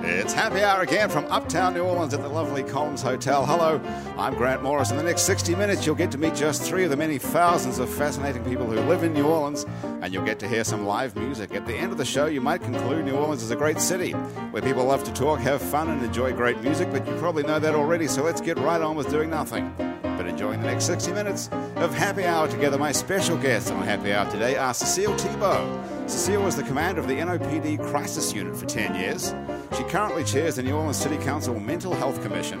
It's happy hour again from uptown New Orleans at the lovely Collins Hotel. Hello, I'm Grant Morris. In the next 60 minutes, you'll get to meet just three of the many thousands of fascinating people who live in New Orleans, and you'll get to hear some live music. At the end of the show, you might conclude New Orleans is a great city where people love to talk, have fun, and enjoy great music, but you probably know that already, so let's get right on with doing nothing. But enjoying the next 60 minutes of Happy Hour together, my special guests on Happy Hour today are Cecile Thibault. Cecile was the commander of the NOPD Crisis Unit for 10 years. She currently chairs the New Orleans City Council Mental Health Commission,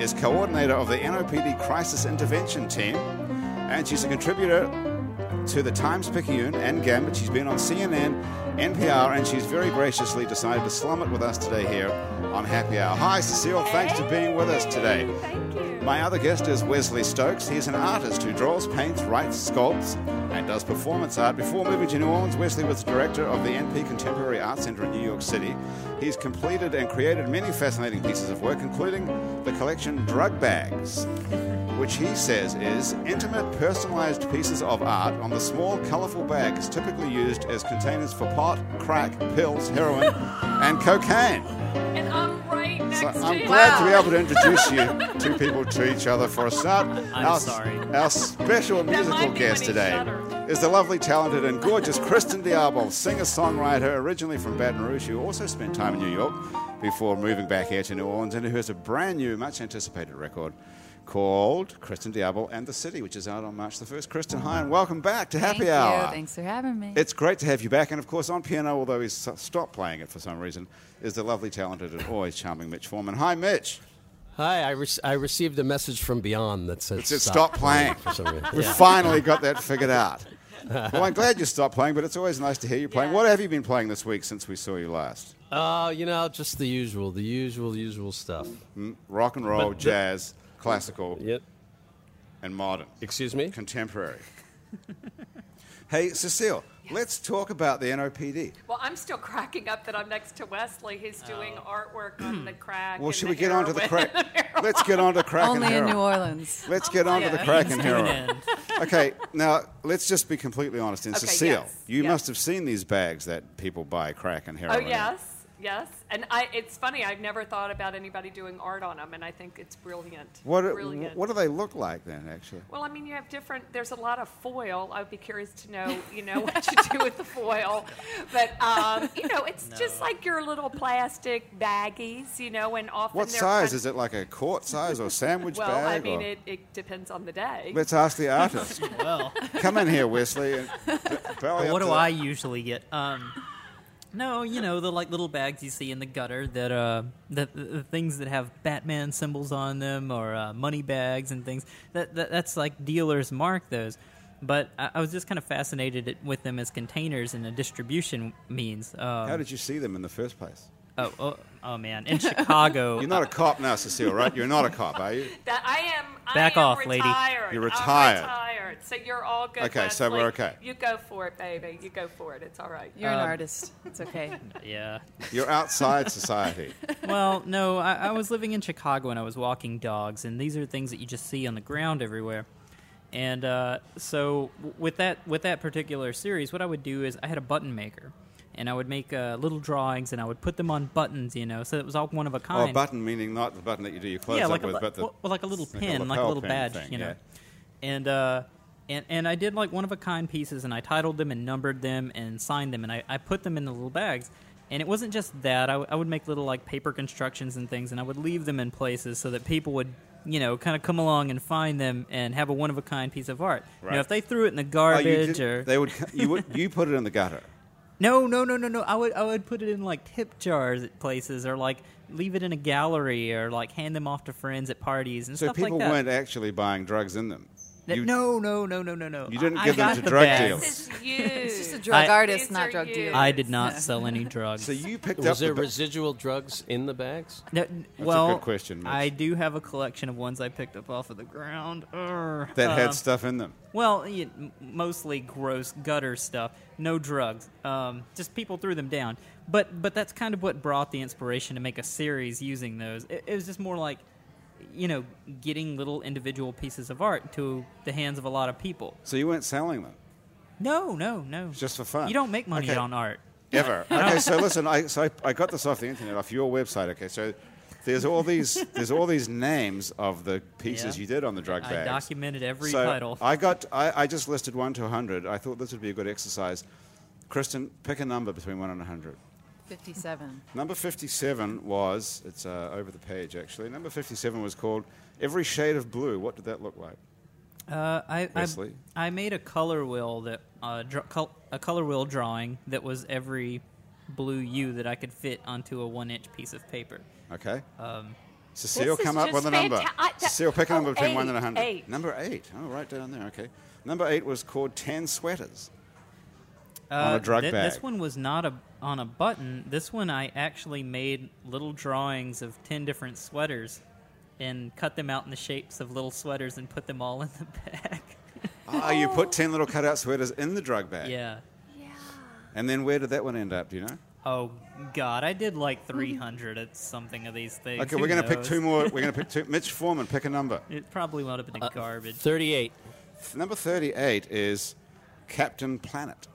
is coordinator of the NOPD Crisis Intervention Team, and she's a contributor to the Times Picayune and Gambit. She's been on CNN, NPR, and she's very graciously decided to slum it with us today here on Happy Hour. Hi, Cecile. Thanks for being with us today. Thank you. My other guest is Wesley Stokes. He's an artist who draws, paints, writes, sculpts, and does performance art. Before moving to New Orleans, Wesley was director of the NP Contemporary Art Center in New York City. He's completed and created many fascinating pieces of work, including the collection Drug Bags, which he says is intimate, personalized pieces of art on the small, colorful bags typically used as containers for pot, crack, pills, heroin, and cocaine. And I'm right next So to I'm you. glad to be able to introduce you two people to each other for a start. I'm our, sorry. Our special musical might be guest when he today shuddered. is the lovely, talented, and gorgeous Kristen Diabol, singer-songwriter originally from Baton Rouge, who also spent time in New York before moving back here to New Orleans, and who has a brand new, much-anticipated record called Kristen Diabol and the City, which is out on March the 1st. Kristen, hi, and welcome back to Happy Thank Hour. You. Thanks for having me. It's great to have you back, and of course, on piano, although he's so- stopped playing it for some reason, is the lovely, talented, and always charming Mitch Foreman. Hi, Mitch. Hi, I, re- I received a message from beyond that said It said stop, stop playing. for some reason. We Yeah. finally got that figured out. Well, I'm glad you stopped playing, but it's always nice to hear you playing. Yeah. What have you been playing this week since we saw you last? Uh, you know, just the usual, the usual, usual stuff. Rock and roll, But the- jazz, classical, Yep. and modern, Excuse me. contemporary. hey, Cecile, let's talk about the NOPD. Well, I'm still cracking up that I'm next to Wesley. He's doing artworwork on the crack. Oh. Well, and should the we get on to the heroin. crack? Let's get on to crack and Only in heroin. New Orleans. Let's get on to the Oh, yeah. crack and heroin. And Okay, now let's just be completely honest. And Okay, Cecile, yes, you yes. must have seen these bags that people buy crack and Oh heroin. in. yes, yes. And I, it's funny. I've never thought about anybody doing art on them, and I think it's brilliant. What, brilliant. what do they look like then, actually? well, I mean, you have different. There's a lot of foil. I would be curious to know, you know, what you do with the foil, but um, you know, it's just like your little plastic baggies, you know, and often What they're size? kind- Is it like a quart size or sandwich Well, bag? I mean, or- it, it depends on the day. Let's ask the artist. well, Come in here, Wesley. And b- belly what up to do I the- usually get? Um, no, you know the like little bags you see in the gutter that uh, that the, the things that have Batman symbols on them or uh, money bags and things. That, that that's like dealers mark those. But I, I was just kind of fascinated at- with them as containers and a distribution means. Um, How did you see them in the first place? oh, oh, oh man, in Chicago, You're not a cop now, Cecile, right? You're not a cop, are you? That I am. Back I am off, lady. retired. You're I'm retired. retired. So you're all good. Okay, so Leslie. we're okay. You go for it, baby. You go for it. It's all right. You're Um, an artist. It's okay. uh, yeah. You're outside society. well, no, I, I was living in Chicago and I was walking dogs, and these are things that you just see on the ground everywhere. And uh, so, w- with that with that particular series, what I would do is I had a button maker, and I would make uh, little drawings, and I would put them on buttons, you know, so it was all one of a Or kind. Oh, a button, meaning not the button that you do your clothes yeah, up like a, with, bu- but the. well, well, like a little like a pin, like a lapel little pin badge, thing, you know. yeah. And uh, and and I did like one of a kind pieces, and I titled them and numbered them and signed them, and I, I put them in the little bags. And it wasn't just that. I, w- I would make little like paper constructions and things, and I would leave them in places so that people would. You know, kind of come along and find them and have a one of a kind piece of art. You Right. know, if they threw it in the Oh, you garbage did- or they would, you, would, you put it in the gutter. no, no, no, no, no. I would I would put it in like tip jars at places or like leave it in a gallery or like hand them off to friends at parties and So stuff people like that. weren't actually buying drugs in them. That- You- no, no, no, no, no, no. You didn't I- give I them got to the drug bags. dealers. This is you. It's just a drug I- artist, These not are drug you. dealer. I did not sell any drugs. So you picked up Was the there ba- residual drugs in the bags? No, n- well, good question, Mitch. I do have a collection of ones I picked up off of the ground. Urgh. that Uh, had stuff in them. well, y- m- mostly gross gutter stuff. No drugs. Um, just people threw them down. But but that's kind of what brought the inspiration to make a series using those. It, it was just more like, you know, getting little individual pieces of art to the hands of a lot of people. So you weren't selling them. No, no, no. Just for fun. You don't make money Okay. on art. Ever. Okay, so listen, I, so I, I got this off the internet, off your website. Okay, so there's all these there's all these names of the pieces Yeah. you did on the drug I bags. documented every so title. I got I, I just listed one to hundred. I thought this would be a good exercise. Kristen, pick a number between one and hundred. 57. Number 57 was, it's uh, over the page actually, number 57 was called Every Shade of Blue. What did that look like? Uh, I, I Wesley? I made a color wheel that uh, dr- col- a color wheel drawing that was every blue U that I could fit onto a one inch piece of paper. Okay. Um, Cecile, This is come up just with a number. fanta- I- that- Cecile, pick a number oh, between 1 and eight, 100. eight. Number 8. Oh, right down there, okay. Number 8 was called Tan Sweaters. Uh, a drug thi- bag. This one was not a, on a button. This one I actually made little drawings of ten different sweaters and cut them out in the shapes of little sweaters and put them all in the bag. Ah, you put 10 little cutout sweaters in the drug bag. yeah. And then where did that one end up, do you know? Oh God, I did like 300 at something of these things. Okay, Who we're going to pick knows? two more. We're going to pick two. Mitch Foreman, pick a number. It probably wound up in the garbage. 38. Number 38 is Captain Planet.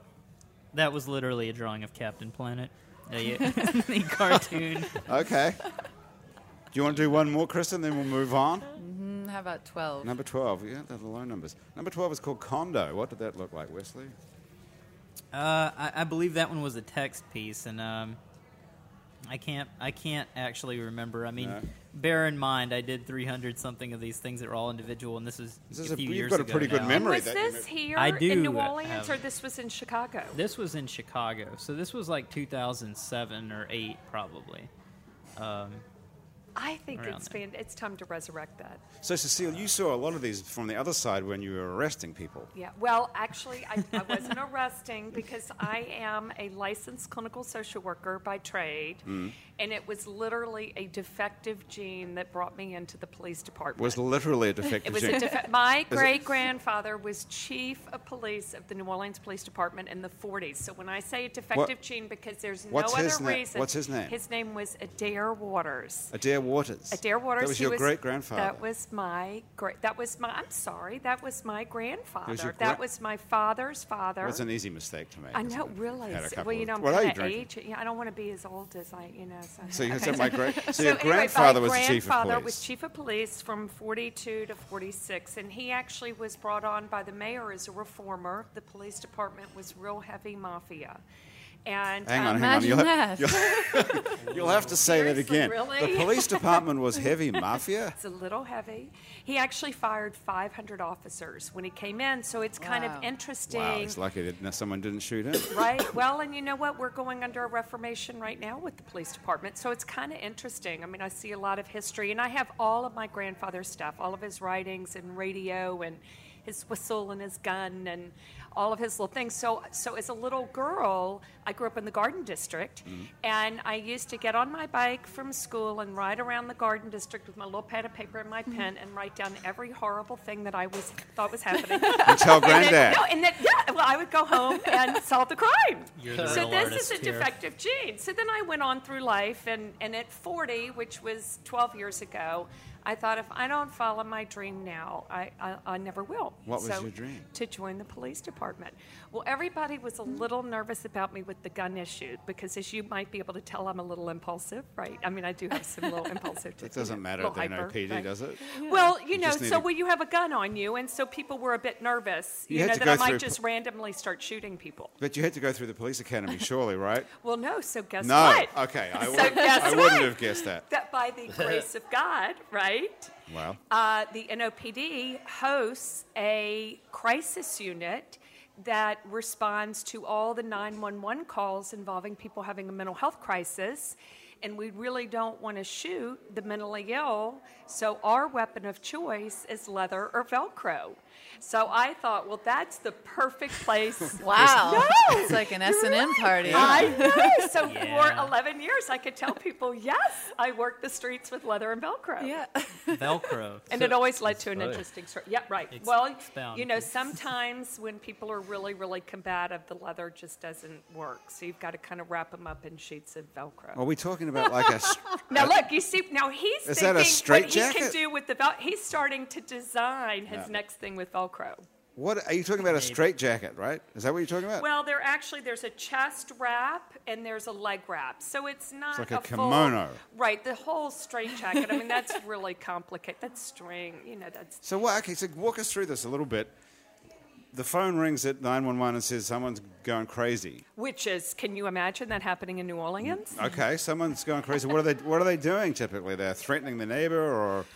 That was literally a drawing of Captain Planet. Uh, yeah. the cartoon. Okay. do you want to do one more, Kristen, then we'll move on? Mm, How about 12? Number 12. Yeah, they're the low numbers. Number 12 is called Condo. What did that look like, Wesley? Uh, I, I believe that one was a text piece, and um, I can't, I can't actually remember. I mean, No. bear in mind, I did 300 something of these things that were all individual, and this was This is a a- few you've years got a ago pretty good now. memory. Was that you this made. here I in do New Orleans have- or this was in Chicago? This was in Chicago, so this was like 2007 or eight, probably. Um, I think Around it's there. fan- it's time to resurrect that. So, Cecile, you saw a lot of these from the other side when you were arresting people. Yeah. Well, actually, I, I wasn't arresting because I am a licensed clinical social worker by trade, Hmm. and it was literally a defective gene that brought me into the police department. Was literally a defective It was gene. a defe- my great grandfather was chief of police of the New Orleans Police Department in the 40s. So when I say a defective gene, because there's What's no other his na- reason. what's his name? His name was Adair Waters. Adair Waters. Adair Waters. That was he your great grandfather. That was my great. That was my. I'm sorry. That was my grandfather. your gra- that was my father's father. That's an easy mistake to make. I isn't know, it? really. Had a So- couple well, you know, of, I'm what are you kind of drinking? age. yeah, I don't want to be as old as I, you know. So, So you okay. said my great. So, your anyway, my grandfather was the chief of grandfather police. was chief of police from 42 to 46, and he actually was brought on by the mayor as a reformer. The police department was real heavy mafia, and Hang on, um, hang on. You'll Imagine have, you'll- you'll have to say that Seriously, again. really? The police department was heavy mafia. It's a little heavy. He actually fired 500 officers when he came in, so it's kind Wow. of interesting. Wow, it's lucky that no- someone didn't shoot him. right? Well, and you know what? We're going under a reformation right now with the police department. So it's kind of interesting. I mean, I see a lot of history, and I have all of my grandfather's stuff, all of his writings and radio and his whistle and his gun and all of his little things. So, so as a little girl, I grew up in the Garden District, and I used to get on my bike from school and ride around the Garden District with my little pad of paper and my pen and write down every horrible thing that I was thought was happening. You tell And then, granddad. no, and then yeah, well, I would go home and solve the crime. You're the so real this is artist a here. defective gene. So then I went on through life, and and at 40, which was 12 years ago, I thought if I don't follow my dream now, I I, I never will. What was So your dream? To join the police department. Well, everybody was a little nervous about me with the gun issue because, as you might be able to tell, I'm a little impulsive, right? I mean, I do have some little impulsive. It doesn't matter little at the hyper, NOPD, right? does it? Well, you, know, just need so to- well, you have a gun on you, and so people were a bit nervous, You you, had know, to that go I might through just randomly start shooting people. But you had to go through the police academy, surely, right? Well, no, so guess no. Uh, what? Okay, I, So wouldn't, guess I what? wouldn't have guessed that. That by the grace of God, right? Wow. Uh, the NOPD hosts a crisis unit that responds to all the 911 calls involving people having a mental health crisis. And we really don't want to shoot the mentally ill, so our weapon of choice is leather or Velcro. So I thought, well, that's the perfect place Wow. It's like an S&M party. I know. So Yeah. for 11 years, I could tell people, yes, I worked the streets with leather and Velcro. Yeah. Velcro. And it always led to an funny. interesting story. Yeah, right. Ex- well, expound. you know, sometimes when people are really, really combative, the leather just doesn't work. So you've got to kind of wrap them up in sheets of Velcro. Are we talking about like a? s- Now look, you see, now he's Oh, Is that a thinking what he straitjacket? can do with the Velcro. He's starting to design his Yeah. next thing with Velcro. What are you talking about? A straight jacket, right? Is that what you're talking about? Well, there actually there's a chest wrap and there's a leg wrap, so it's not like a full- kimono. right? The whole straight jacket. I mean, that's really complicated. That's string, you know. That's so what? Okay, so walk us through this a little bit. The phone rings at nine one one and says someone's going crazy. which is can you imagine that happening in New Orleans? Okay, someone's going crazy. What are they? What are they doing typically? They're threatening the neighbor, or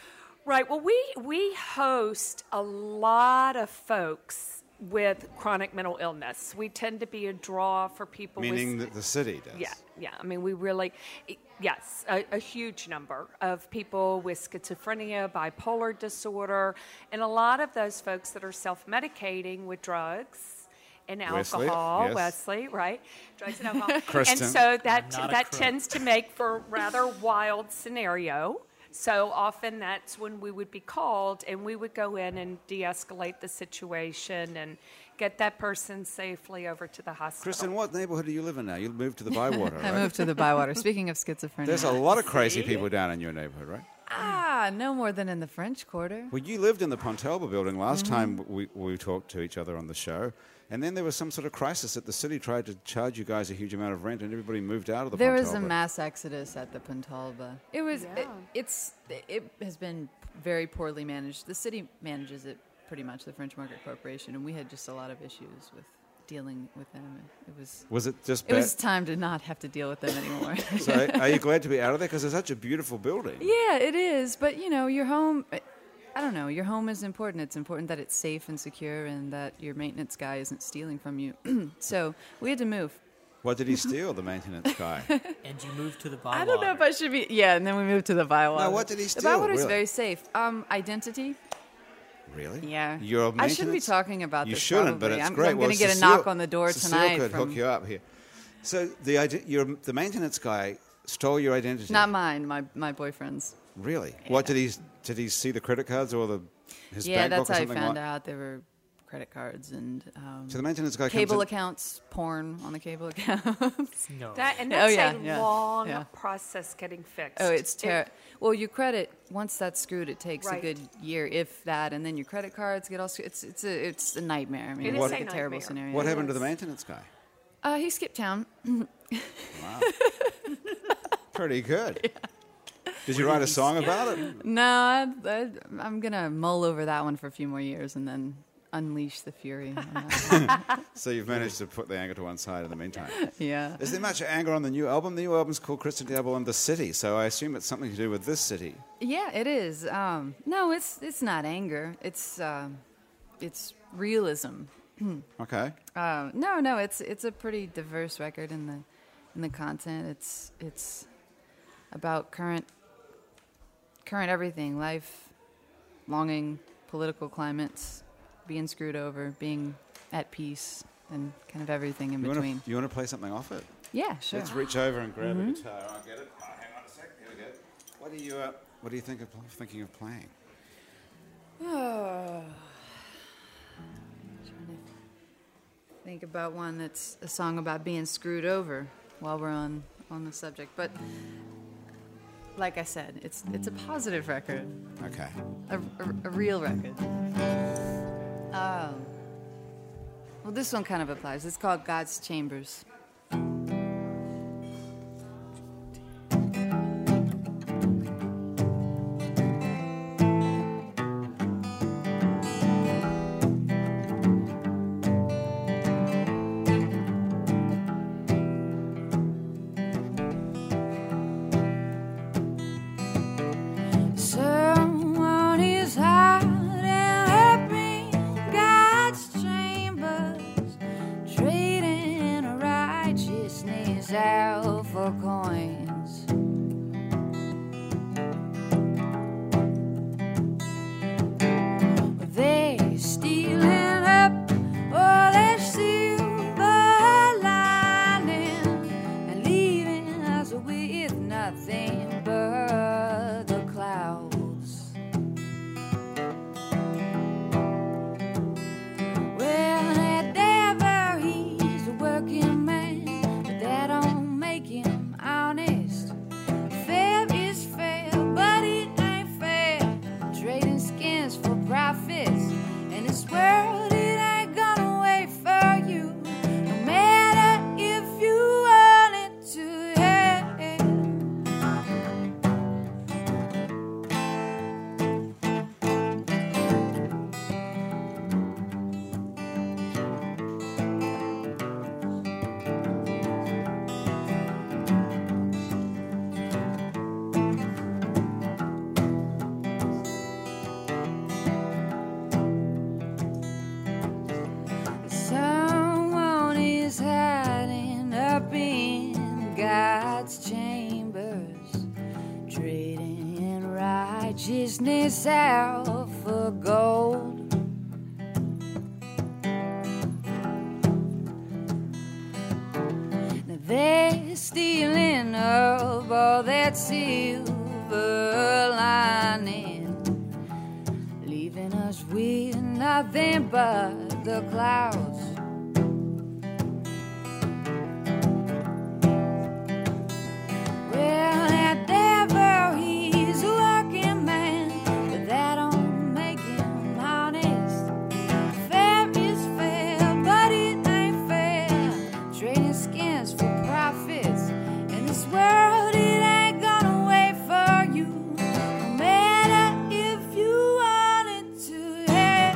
Right. Well, we we host a lot of folks with chronic mental illness. We tend to be a draw for people. meaning with, that the city does. Yeah, yeah. I mean, we really, i- yes, a, a huge number of people with schizophrenia, bipolar disorder, and a lot of those folks that are self medicating with drugs and Wesley, alcohol. yes. Wesley, right? Drugs and alcohol. Kristen. And so that, Not a that crook. tends to make for a rather wild scenario. So often that's when we would be called and we would go in and de escalate the situation and get that person safely over to the hospital. Kristen, what neighborhood do you live in now? You moved to the Bywater, I right? moved to the Bywater. Speaking of schizophrenia, There's a lot of crazy people down in your neighborhood, right? ah, no more than in the French Quarter. Well, you lived in the Pontelba building last Mm-hmm. time we, we talked to each other on the show, and then there was some sort of crisis that the city tried to charge you guys a huge amount of rent, and everybody moved out of the There Pontelba. was a mass exodus at the Pontalba. It was. It, it's. It has been very poorly managed. The city manages it pretty much, the French Market Corporation, and we had just a lot of issues with dealing with them. It was. Was it just It bad? was time to not have to deal with them anymore. so are you glad to be out of there? Because it's such a beautiful building. yeah, it is. But you know, your home. I don't know. Your home is important. It's important that it's safe and secure, and that your maintenance guy isn't stealing from you. so we had to move. What did he steal, the maintenance guy? And you moved to the bywater. I don't know if I should be. Yeah, and then we moved to the Bywater. No, what did he The steal, Bywater's really? very safe. Um, identity. really? Yeah. You're a I shouldn't be maintenance- talking about you this, shouldn't, but probably. it's I'm- great. I'm well, gonna get a Cecile- knock on the door Cecile tonight could from- hook you up here. So the idea, your, the maintenance guy stole your identity. Not mine. My my boyfriend's. really. What did he? Did he see the credit cards or the his yeah, bank that's book how or I something found like? out there were credit cards and um, So the maintenance guy cable comes in- accounts, porn on the cable accounts. No. That and Oh, that's yeah, a yeah, long yeah. process getting fixed. oh, it's It- terrible. Well, your credit once that's screwed, it takes a Right. good year, if that, and then your credit cards get all screwed. It's it's a it's a nightmare. I mean, It it's is like a a terrible nightmare. scenario. What happened to the maintenance guy? Uh, he skipped town. Pretty good. Did you write a song about it? No, I, I, I'm gonna mull over that one for a few more years and then unleash the fury. on that one. So you've managed to put the anger to one side in the meantime. yeah. Is there much anger on the new album? The new album's called Kristen Diablo and the City, so I assume it's something to do with this city. Yeah, it is. Um, no, it's it's not anger. It's um it's realism. Okay. Uh, no, no, it's it's a pretty diverse record in the in the content. It's it's about current current everything, life, longing, political climates, being screwed over, being at peace, and kind of everything in You want between. to you want to play something off it? Yeah, sure. Mm-hmm. Let's reach over and grab a guitar. I'll get it. Oh, hang on a sec. Here we go. What do you uh, What do you think of pl- thinking of playing? Trying to think about one that's a song about being screwed over while we're on on the subject but like i said it's it's a positive record Okay. a, a- a real record um, well this one kind of applies it's called god's chambers Someone is hiding at me in God's chambers, trading a ride. business out for gold. Now they're stealing up all that silver lining, leaving us with nothing but the clouds. Well, that devil, he's a working man, but that don't make him honest. Fair is fair, but it ain't fair. Trading skins for profits. In this world, it ain't gonna wait for you. No matter if you wanted to, yeah.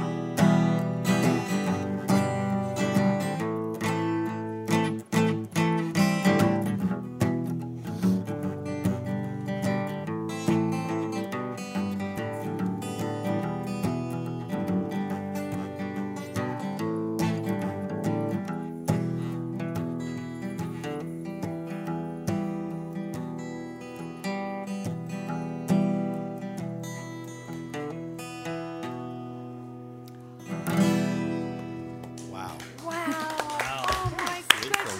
Wow. Wow. Oh, my goodness.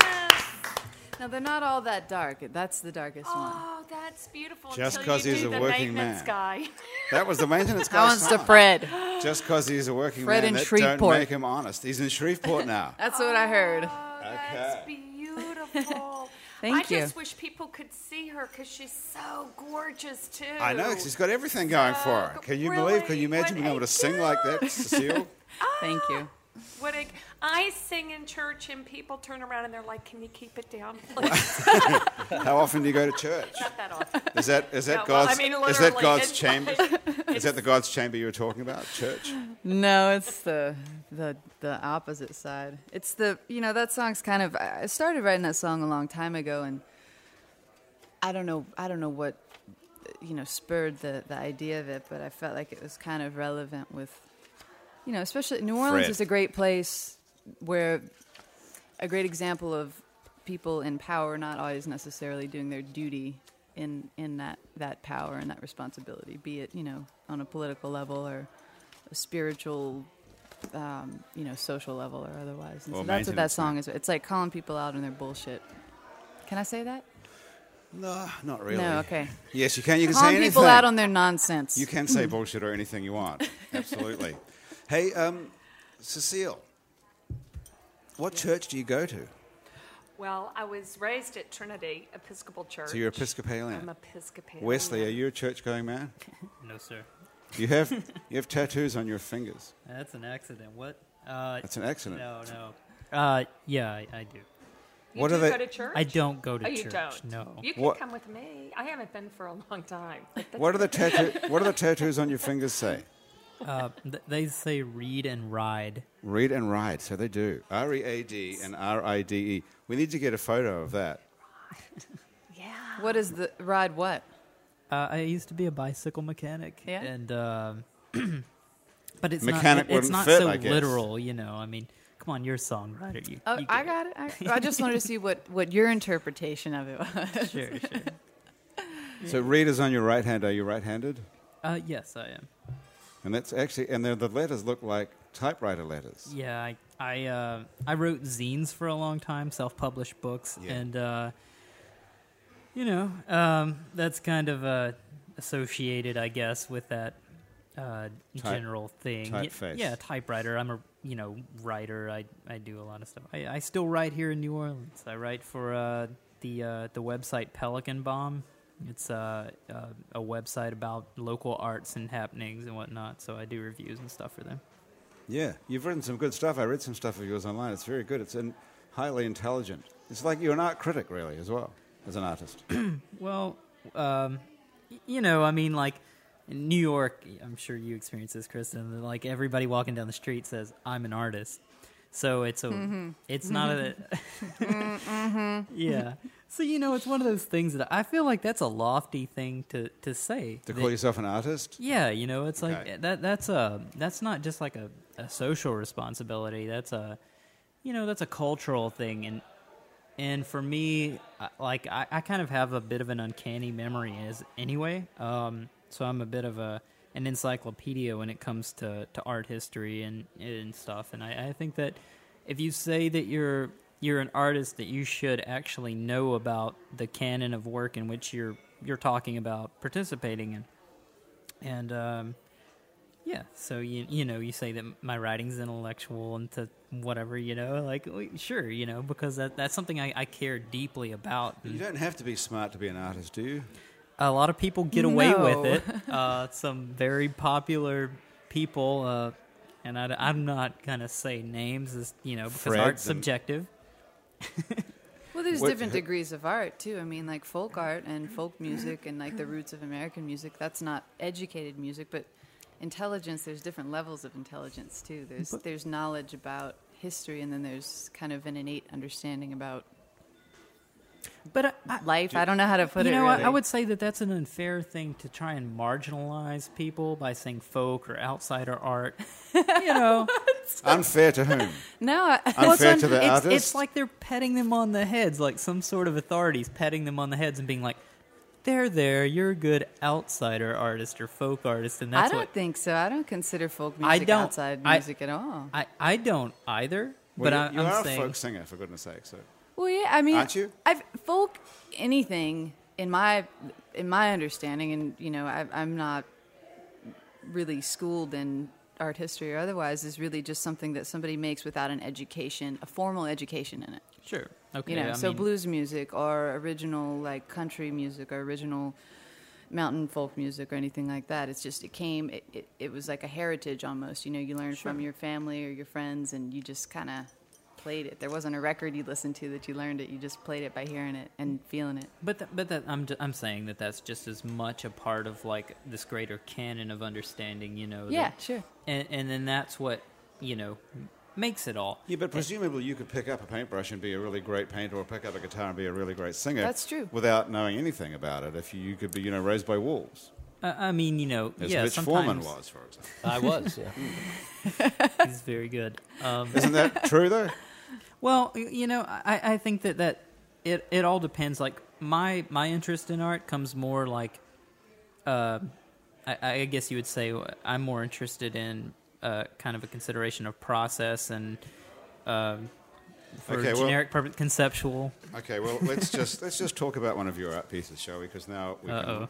No, they're not all that dark. That's the darkest one. Oh, that's beautiful. Just until 'cause you he's do a the working maintenance man. guy. That was the maintenance That guy. one's to Fred. Just because he's a working Fred man, in that Shreveport. don't make him honest. He's in Shreveport now. That's what I heard. Oh, that's beautiful. I Thank you. just wish people could see her because she's so gorgeous too. I know. 'cause She's got everything going for her. So, Can you really, believe? Can you imagine what being able a to sing like that, girl. Cecile? Thank you. What a, I sing in church and people turn around and they're like, "Can you keep it down, please?" How often do you go to church? Not that often. Is that is that No, well, I God's mean, is that literally, God's it's chamber? like- Is that the God's chamber you were talking about? Church. No, it's the the the opposite side. It's the you know that song's kind of. I I started writing that song a long time ago, and I don't know. I don't know what you know spurred the the idea of it, but I felt like it was kind of relevant with you know, especially New Orleans Fred. is a great place where a great example of people in power not always necessarily doing their duty in in that that power and that responsibility, be it you know on a political level or a spiritual, um, you know, social level or otherwise. And Or so that's what maintenance, that song is. It's like calling people out on their bullshit. Can I say that? No, not really. No, okay. Yes, you can. You can say calling anything. people out on their nonsense. you can say bullshit or anything you want. Absolutely. hey, um, Cecile, what church do you go to? Well, I was raised at Trinity Episcopal Church. So you're Episcopalian. I'm Episcopalian. Wesley, are you a church-going man? No, sir. You have you have tattoos on your fingers. That's an accident. What? Uh, That's an accident. no, no. Uh, yeah, I, I do. You What do are they- go to church? I don't go to Oh, you church. don't. No. You can What- come with me. I haven't been for a long time. but that's What are the tattoo What are the tattoos on your fingers say? Uh, th- they say read and ride. Read and ride. So they do. R e a d and r i d e. We need to get a photo of that. Yeah. What is the ride? What? Uh, I used to be a bicycle mechanic, Yeah? and um but it's Mechanic not, it- it's wouldn't not fit, so I guess. literal, you know. I mean, come on, you're a songwriter. You, Oh, you I get got it. I, I just wanted to see what, what your interpretation of it was. it. Sure, sure. So read is on your right hand. Are you right-handed? Uh, yes, I am. And that's actually and they're- the letters look like typewriter letters. Yeah, I I, uh, I wrote zines for a long time, self-published books, Yeah. and uh, you know um, that's kind of uh, associated, I guess, with that uh, general thing. Y- typeface. Yeah, typewriter. I'm a you know writer. I I do a lot of stuff. I, I still write here in New Orleans. I write for uh, the uh, the website Pelican Bomb. It's uh, uh, a website about local arts and happenings and whatnot. So I do reviews and stuff for them. Yeah, you've written some good stuff. I read some stuff of yours online. It's very good. It's in, highly intelligent. It's like you're an art critic, really, as well as an artist. Well, um, y- you know, I mean, like in New York, I'm sure you experience this, Kristen. that, Like everybody walking down the street says, "I'm an artist," so it's a, it's not a, yeah. So you know, it's one of those things that I feel like that's a lofty thing to to say. to that- call yourself an artist. yeah, you know, it's like eh, Okay. that. That's a that's not just like a, a social responsibility. That's a you know that's a cultural thing, and and for me, I- like I, I kind of have a bit of an uncanny memory as anyway. Um, so I'm a bit of a an encyclopedia when it comes to, to art history and, and stuff. And I, I think that if you say that you're you're an artist, that you should actually know about the canon of work in which you're you're talking about participating in. And um, yeah, so you you know you say that my writing's intellectual and to whatever you know, like we- sure you know because that that's something I, I care deeply about. You don't have to be smart to be an artist, do you? A lot of people get away No. with it. Uh, some very popular people, uh, and I, am not gonna say names, as, you know, because Fred, art's the- subjective. Well, there's What- different degrees of art too. I mean, like folk art and folk music and like the roots of American music. That's not educated music, but intelligence. There's different levels of intelligence too. There's there's knowledge about history, and then there's kind of an innate understanding about But I, I, life. I don't know how to put you it. know, really. I, I would say that that's an unfair thing to try and marginalize people by saying folk or outsider art. You know, Unfair to whom? no. I, Well, Unfair to the it's, artist? It's like they're petting them on the heads, like some sort of authorities petting them on the heads and being like, "There, there, you're a good outsider artist or folk artist," and that's I don't what think so. I don't consider folk I music don't- outside I- music at all. I, I don't either. Well, but you, I, you I'm are saying a folk singer, for goodness sake. So Well, yeah, I mean, Aren't you? I've folk anything in my in my understanding, and you know, I, I'm not really schooled in art history or otherwise. Is really just something that somebody makes without an education, a formal education in it. sure. Okay, You know, I so mean, blues music or original like country music or original mountain folk music or anything like that. It's just it came. It, it, it was like a heritage almost. You know, you learned from your family or your friends, and you just kind of played it. There wasn't a record you listened to that you learned it. You just played it by hearing it and feeling it. But th- but that I'm ju- I'm saying that that's just as much a part of like this greater canon of understanding, you know. Yeah, that- sure. And and then that's what you know m- makes it all. yeah, but presumably you could pick up a paintbrush and be a really great painter, or pick up a guitar and be a really great singer. That's true. Without knowing anything about it, if you, you could be, you know, raised by wolves, I, I mean, you know, as yeah. Mitch Foreman sometimes was, for example. I was. Yeah. he's very good. Um, Isn't that true though? Well, y- you know, I, I think that, that it it all depends. Like my my interest in art comes more like, uh, I, I guess you would say uh, I'm more interested in uh, kind of a consideration of process and um, for Okay, well- generic purpose conceptual. Okay, well let's just let's just talk about one of your art pieces, shall we? Because now we Uh-oh. can.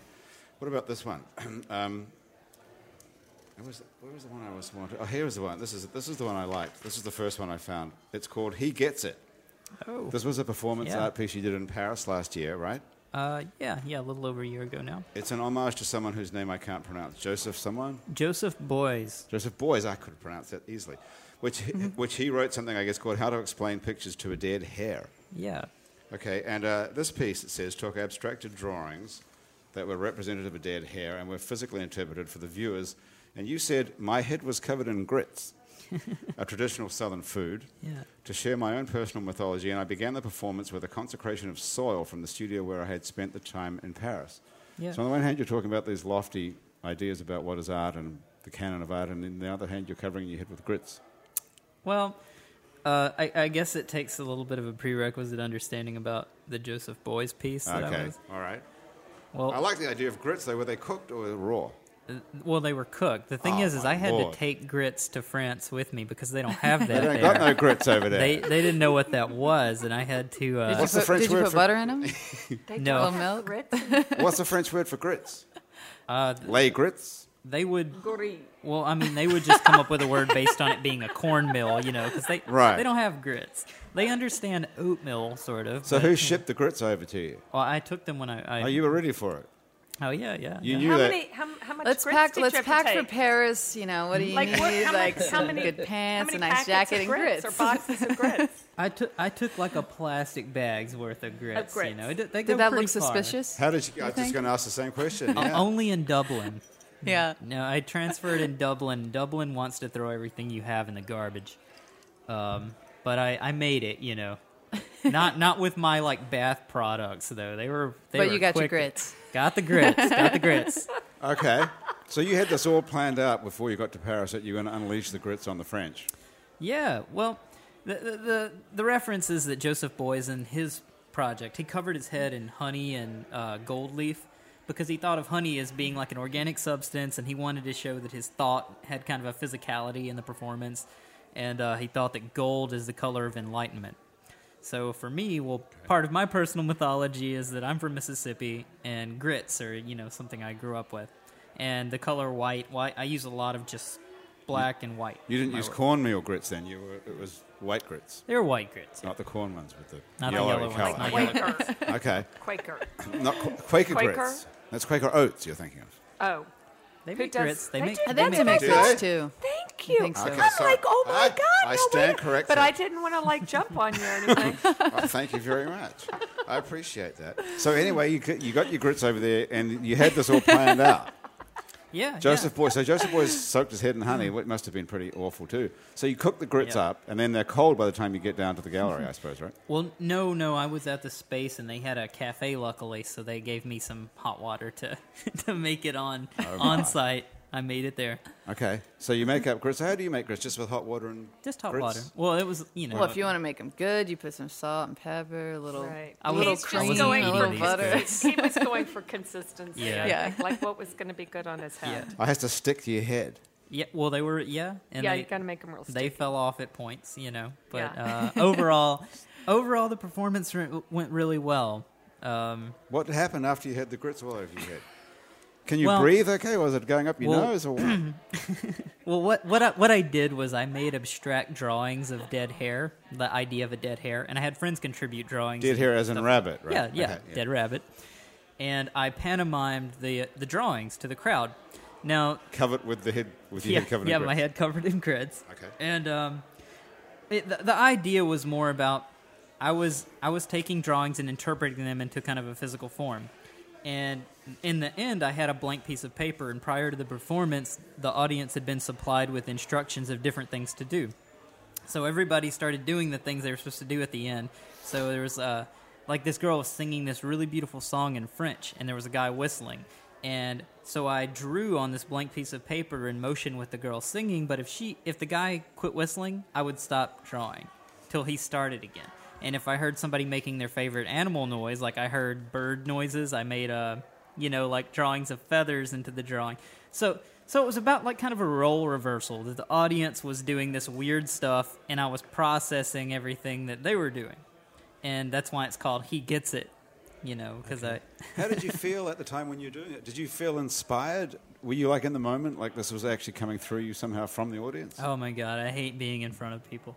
What about this one? um, where was, the, where was the one I was wanting? Oh, here is the one. This is this is the one I liked. This is the first one I found. It's called "He Gets It." Oh, This was a performance Yeah. art piece you did in Paris last year, right? uh, yeah, yeah, a little over a year ago now. It's an homage to someone whose name I can't pronounce. Joseph someone? Joseph Boys. Joseph Boys, I could pronounce that easily. Which, he- Mm-hmm. which he wrote something, I guess, called How to Explain Pictures to a Dead Hare. Yeah, Okay, and uh, this piece, it says, took abstracted drawings that were representative of dead hare and were physically interpreted for the viewers. And you said, My head was covered in grits, a traditional southern food, Yeah. to share my own personal mythology. And I began the performance with a consecration of soil from the studio where I had spent the time in Paris. Yeah. So, on the one hand, you're talking about these lofty ideas about what is art and the canon of art, and on the other hand, you're covering your head with grits. Well, uh, I, I guess it takes a little bit of a prerequisite understanding about the Joseph Boys piece. That I Okay, was, all right. well, I like the idea of grits, though. Were they cooked or raw? Well, they were cooked. The thing Oh, is, is my I had lord. to take grits to France with me because they don't have that They ain't there. got no grits over there. they they didn't know what that was, and I had to. Uh, What's the French did you word put for- butter in them? no, milk? What's the French word for grits? Uh, Lay grits. they would. Well, I mean, they would just come up with a word based on it being a corn mill, you know, because they Right. they don't have grits. They understand oatmeal, sort of. So but- who shipped the grits over to you? Well, I took them when I. I Oh, you were ready for it. oh yeah, yeah. You yeah. knew How that. many? How, how much Let's grits pack. did you Let's have to pack for take? Paris. You know what do you Like need? what? How many? like how some many good pants, how a many nice packets jacket, of and grits grits. or boxes of grits? I took I took like a plastic bag's worth of grits. You grits. know, It- they go Did that pretty look far. suspicious? How did you? I was think? just going to ask the same question. O- Yeah. Only in Dublin. Yeah. No, I transferred in Dublin. Dublin wants to throw everything you have in the garbage. Um, but I, I made it, you know. Not not with my like bath products though. They were they But were you got your quick. grits. Got the grits. Got the grits. Okay. So you had this all planned out before you got to Paris that you were going to unleash the grits on the French. Yeah, well, the, the the the reference is that Joseph Boys in his project he covered his head in honey and uh, gold leaf, because he thought of honey as being like an organic substance, and he wanted to show that his thought had kind of a physicality in the performance, and uh, he thought that gold is the color of enlightenment. So for me, well, part of my personal mythology is that I'm from Mississippi, and grits are you know something I grew up with, and the color white. White. I use a lot of just black and white. You in didn't my use work. cornmeal grits then. You were, it was white grits, They're white grits. not the corn ones with the Not the yellow yellow ones, color. not Quaker. okay, Quaker. not Qu- Quaker, Quaker? grits. That's Quaker oats you're thinking of. Oh, They Who make does- grits. They they make. do- they That's a make- Do they? message too. thank you. think so. Okay, I'm sorry. like, oh my I- god. I no, stand wait a- corrected. But I didn't want to like jump on you or anything. Well, Oh, thank you very much. I appreciate that. So anyway, you, got- you got your grits over there, and you had this all planned out. yeah, Joseph yeah. Boyce. So Joseph Boyce soaked his head in honey. It must have been pretty awful too. So you cook the grits Yeah. up, and then they're cold by the time you get down to the gallery, I suppose, right? Well, no, no. I was at the space, and they had a cafe, luckily, so they gave me some hot water to to make it on Oh, on site. I made it there. Okay. So you make up grits. How do you make grits? Just with hot water and Just hot grits? water. Well, it was you know. Well, if you want to make them good, you put some salt and pepper, a little, Right. a I little was- I cream, was a eating little these butter. grits. he was going for consistency. Yeah. I Yeah. think, like what was going to be good on his head. Yeah. I has to stick to your head. yeah, well, they were yeah, and Yeah, they, you got to make him real sticky. they fell off at points, you know. But Yeah. uh, overall, overall, the performance re- went really well. Um, What happened after you had the grits all over your head? Can you Well- breathe okay? Was it going up your Well- nose or what? well, what what I, what I did was I made abstract drawings of dead hair, the idea of a dead hair, and I had friends contribute drawings. Did and here as in stuff. rabbit, right? Yeah, yeah, Okay, dead rabbit. And I pantomimed the the drawings to the crowd. Now, Covered with the head, with your yeah, head covered yeah, in my grits. head covered in grids. Okay. And um, it, the, the idea was more about I was I was taking drawings and interpreting them into kind of a physical form. And in the end, I had a blank piece of paper. And prior to the performance, the audience had been supplied with instructions of different things to do. So everybody started doing the things they were supposed to do at the end. So there was uh, like this girl was singing this really beautiful song in French, and there was a guy whistling. And so I drew on this blank piece of paper in motion with the girl singing. But if she, if the guy quit whistling, I would stop drawing till he started again. And if I heard somebody making their favorite animal noise, like I heard bird noises, I made a, you know, like drawings of feathers into the drawing. So, so it was about like kind of a role reversal that the audience was doing this weird stuff, and I was processing everything that they were doing, and that's why it's called "He Gets It," you know, because I. How did you feel at the time when you were doing it? Did you feel inspired? Were you like in the moment, like this was actually coming through you somehow from the audience? Oh my god, I hate being in front of people.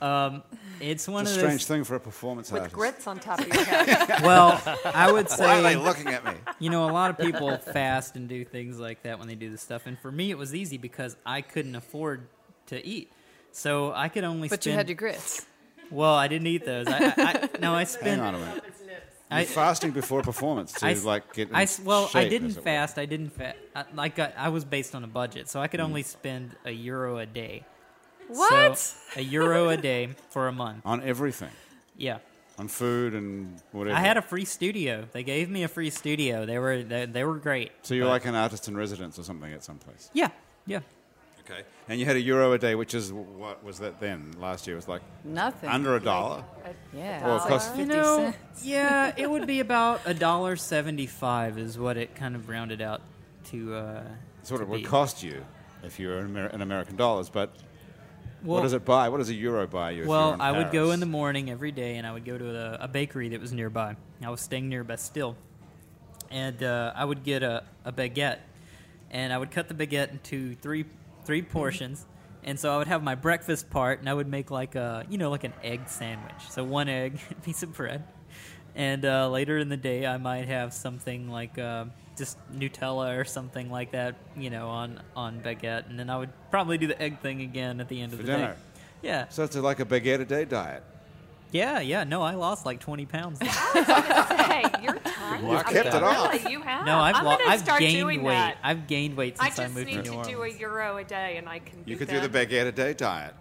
Um, it's one it's a of strange those. thing for a performance with artist. grits on top of your head. Well, I would Why are they say looking at me? you know a lot of people fast and do things like that when they do this stuff, and for me it was easy because I couldn't afford to eat, so I could only. But you spend, had your grits. Well, I didn't eat those. I, I, I, no, I spent. Hang on a minute. I, You're fasting before a performance to I s- like get. In I s- well, I shape, didn't as it were. fast. I didn't fast. I, like I, I was based on a budget, so I Mm-hmm. could only spend a euro a day. What? So, a euro a day for a month. on everything, Yeah. on food and whatever. I had a free studio. They gave me a free studio. They were they, they were great. so you're But- like an artist in residence or something at some place. yeah yeah. Okay. And you had a euro a day, which is what was that then? Last year it was like Nothing. under a dollar. yeah. Well, it's it like costs- You 50 know, cents. yeah, it would be about a dollar seventy five is what it kind of rounded out to. Uh, That's what to it would be. cost you if you were in, Amer- in American dollars. But Well, what does it buy? What does a euro buy you? if you're Well, in I would go Paris? in the morning every day, and I would go to a, a bakery that was nearby. I was staying near Bastille, and uh, I would get a, a baguette, and I would cut the baguette into three three portions, and so I would have my breakfast part, and I would make like a you know like an egg sandwich. So one egg, piece of bread, and uh, later in the day I might have something like uh, just Nutella or something like that, you know, on on baguette, and then I would probably do the egg thing again at the end of For the dinner. day. Yeah. So it's like a baguette a day diet. Yeah, yeah. No, I lost like 20 pounds. hey, you're tired. You've kept it off. Really, you have. No, I've I'm lo- gonna I've start gained doing weight. that. I've gained weight I since I, just moved need to to New do a Orleans. euro a day, and I can. You could do the baguette a day diet.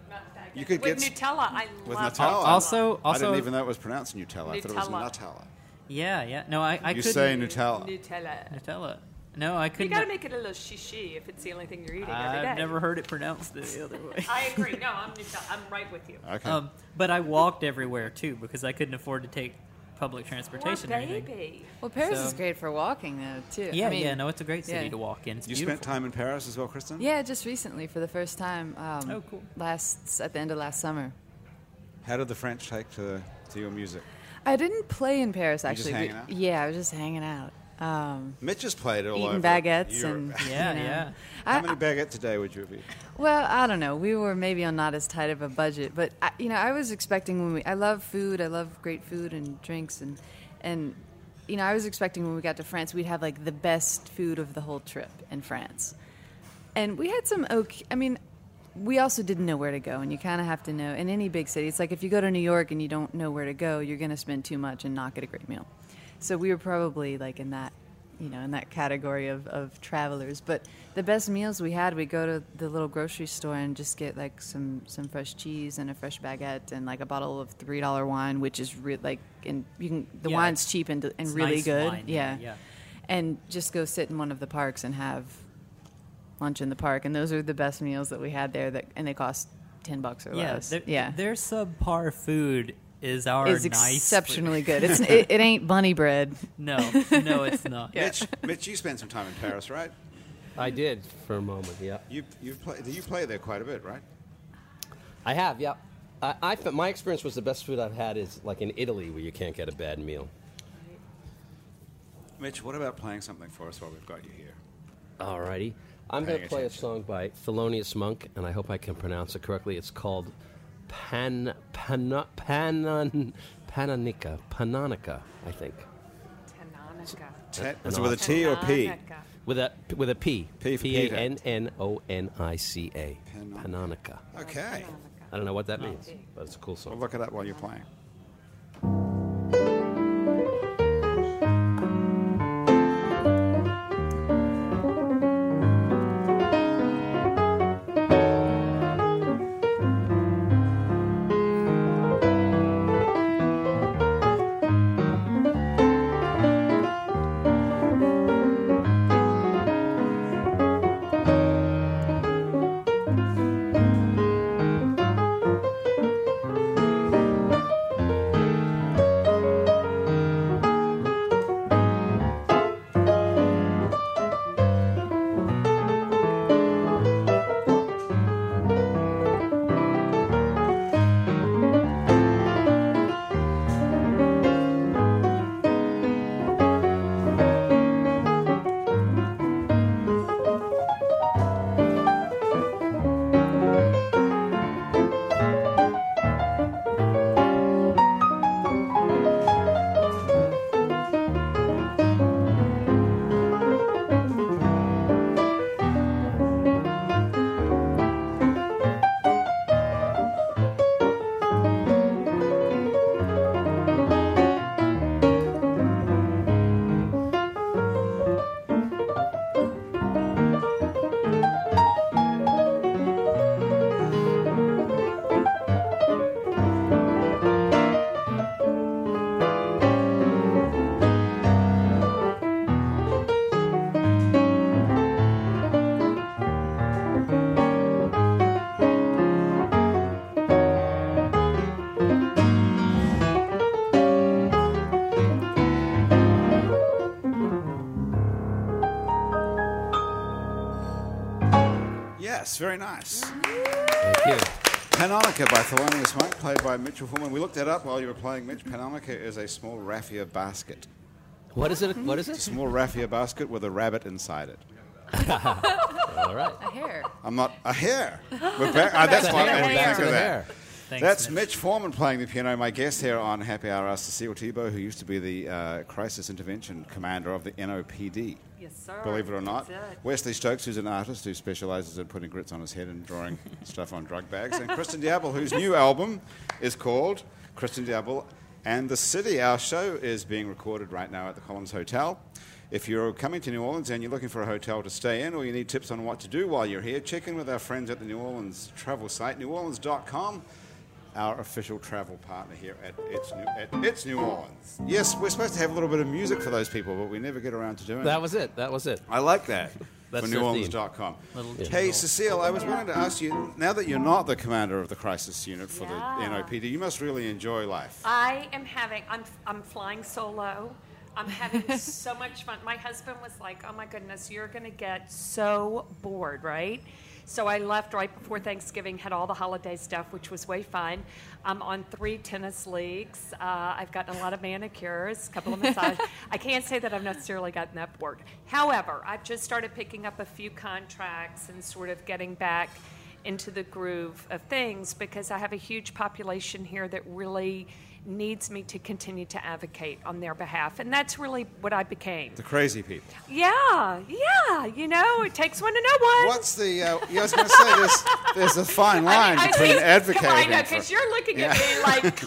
You could with get s- Nutella. I with love Nutella. Nutella. Also- I didn't Oh, also- even know it was pronounced Nutella. I thought it was Nutella. Nutella. Yeah, yeah. No, I, I you couldn't. say Nutella. Nutella. Nutella. No, I couldn't. You got to make it a little shishi if it's the only thing you're eating every I've day. never heard it pronounced the other way. I agree. No, I'm Nutella. I'm right with you. Okay. um, but I walked everywhere too because I couldn't afford to take public Poor transportation or anything. baby. Well, Paris So- is great for walking though too. I Yeah, mean, yeah, no, it's a great city yeah. to walk in. It's You beautiful. spent time in Paris as well, Kristen? Yeah, just recently for the first time. Um, Oh, cool. Last at the end of last summer. How did the French take to, to your music? I didn't play in Paris You just actually. hanging but- out? Yeah, I was just hanging out. Um, Mitch has played all over eating baguettes Europe. and Yeah, you know. yeah. I, How many baguettes a day would you have eaten? Well, I don't know. We were maybe on not as tight of a budget, but I, you know, I was expecting when we. I love food. I love great food and drinks and and you know, I was expecting when we got to France we'd have like the best food of the whole trip in France, and we had some. Okay, I mean. We also didn't know where to go, and you kind of have to know. In any big city, it's like if you go to New York and you don't know where to go, you're going to spend too much and not get a great meal. So we were probably like in that you know, in that category of, of travelers. But the best meals we had, we go to the little grocery store and just get like some, some fresh cheese and a fresh baguette and like a bottle of three dollar wine, which is re- like and you can the Yeah, wine's cheap and and it's really nice good, wine, yeah, yeah. yeah. And just go sit in one of the parks and have lunch in the park, and those are the best meals that we had there. That and they cost ten bucks or yeah, less. their, yeah, Their subpar food is our it's nice. exceptionally good. It's it, it ain't bunny bread. Food. No, no, it's not. Mitch, Mitch, you spent some time in Paris, right? I did for a moment. Yeah, You you play you play there quite a bit, right? I have. Yeah, I, I fe- my experience was the best food I've had is like in Italy where you can't get a bad meal. Mitch, what about playing something for us while we've got you here? Alrighty, I'm Paying going to play a attention. song by Thelonious Monk, and I hope I can pronounce it correctly. It's called Pan Pan Panon Panonica Panonica, I think, Tanonica. Tet, an was it with a T or Oh, P? Tanonica. with a with a P P for P A Peter. N N O N I C A Panonica. Panonica. Okay. I don't know what that means, but it's a cool I'll song. look it up while you're playing. Yes, very nice. Thank you. Panonica by Thelonious Monk, played by Mitchell Foreman. We looked that up while you were playing, Mitch. Panonica is a small raffia basket. What is it? What is it? Small raffia basket with a rabbit inside it. All right. A hair. I'm not a hair. We're back, uh, that's why I'm back to It's a that. hair. Thanks, That's Mitch. Mitch Foreman playing the piano. My guest here on Happy Hour is Cecile Tebow, who used to be the uh, crisis intervention commander of the NOPD. Yes, sir. Believe it or not, That's it. Wesley Stokes, who's an artist who specializes in putting grits on his head and drawing stuff on drug bags, and Kristen Diabel, whose new album is called Kristen Diabel and the City. Our show is being recorded right now at the Collins Hotel. If you're coming to New Orleans and you're looking for a hotel to stay in, or you need tips on what to do while you're here, check in with our friends at the New Orleans travel site, neworleans.com. our official travel partner here at It's New, at it's New Orleans. Yes, we're supposed to have a little bit of music for those people, but we never get around to doing it. That was it. That was it. I like that. That's for their theme. neworleans.com. Little Hey, jingle. Cecile, I was wanting to ask you now that you're not the commander of the crisis unit for Yeah. the NOPD, you must really enjoy life. I am having. I'm. I'm flying solo. I'm having so much fun. My husband was like, "Oh my goodness, you're going to get so bored, right?" So I left right before Thanksgiving. Had all the holiday stuff, which was way fun. I'm on three tennis leagues. Uh, I've gotten a lot of manicures, a couple of massages. I can't say that I've necessarily gotten that bored. However, I've just started picking up a few contracts and sort of getting back into the groove of things because I have a huge population here that really needs me to continue to advocate on their behalf. And that's really what I became. The crazy people. Yeah, yeah, you know, it takes one to know one. What's the? Uh, yeah, I was going to say there's there's a fine line between advocating. Come on, I know, for- because you're looking at Yeah. me like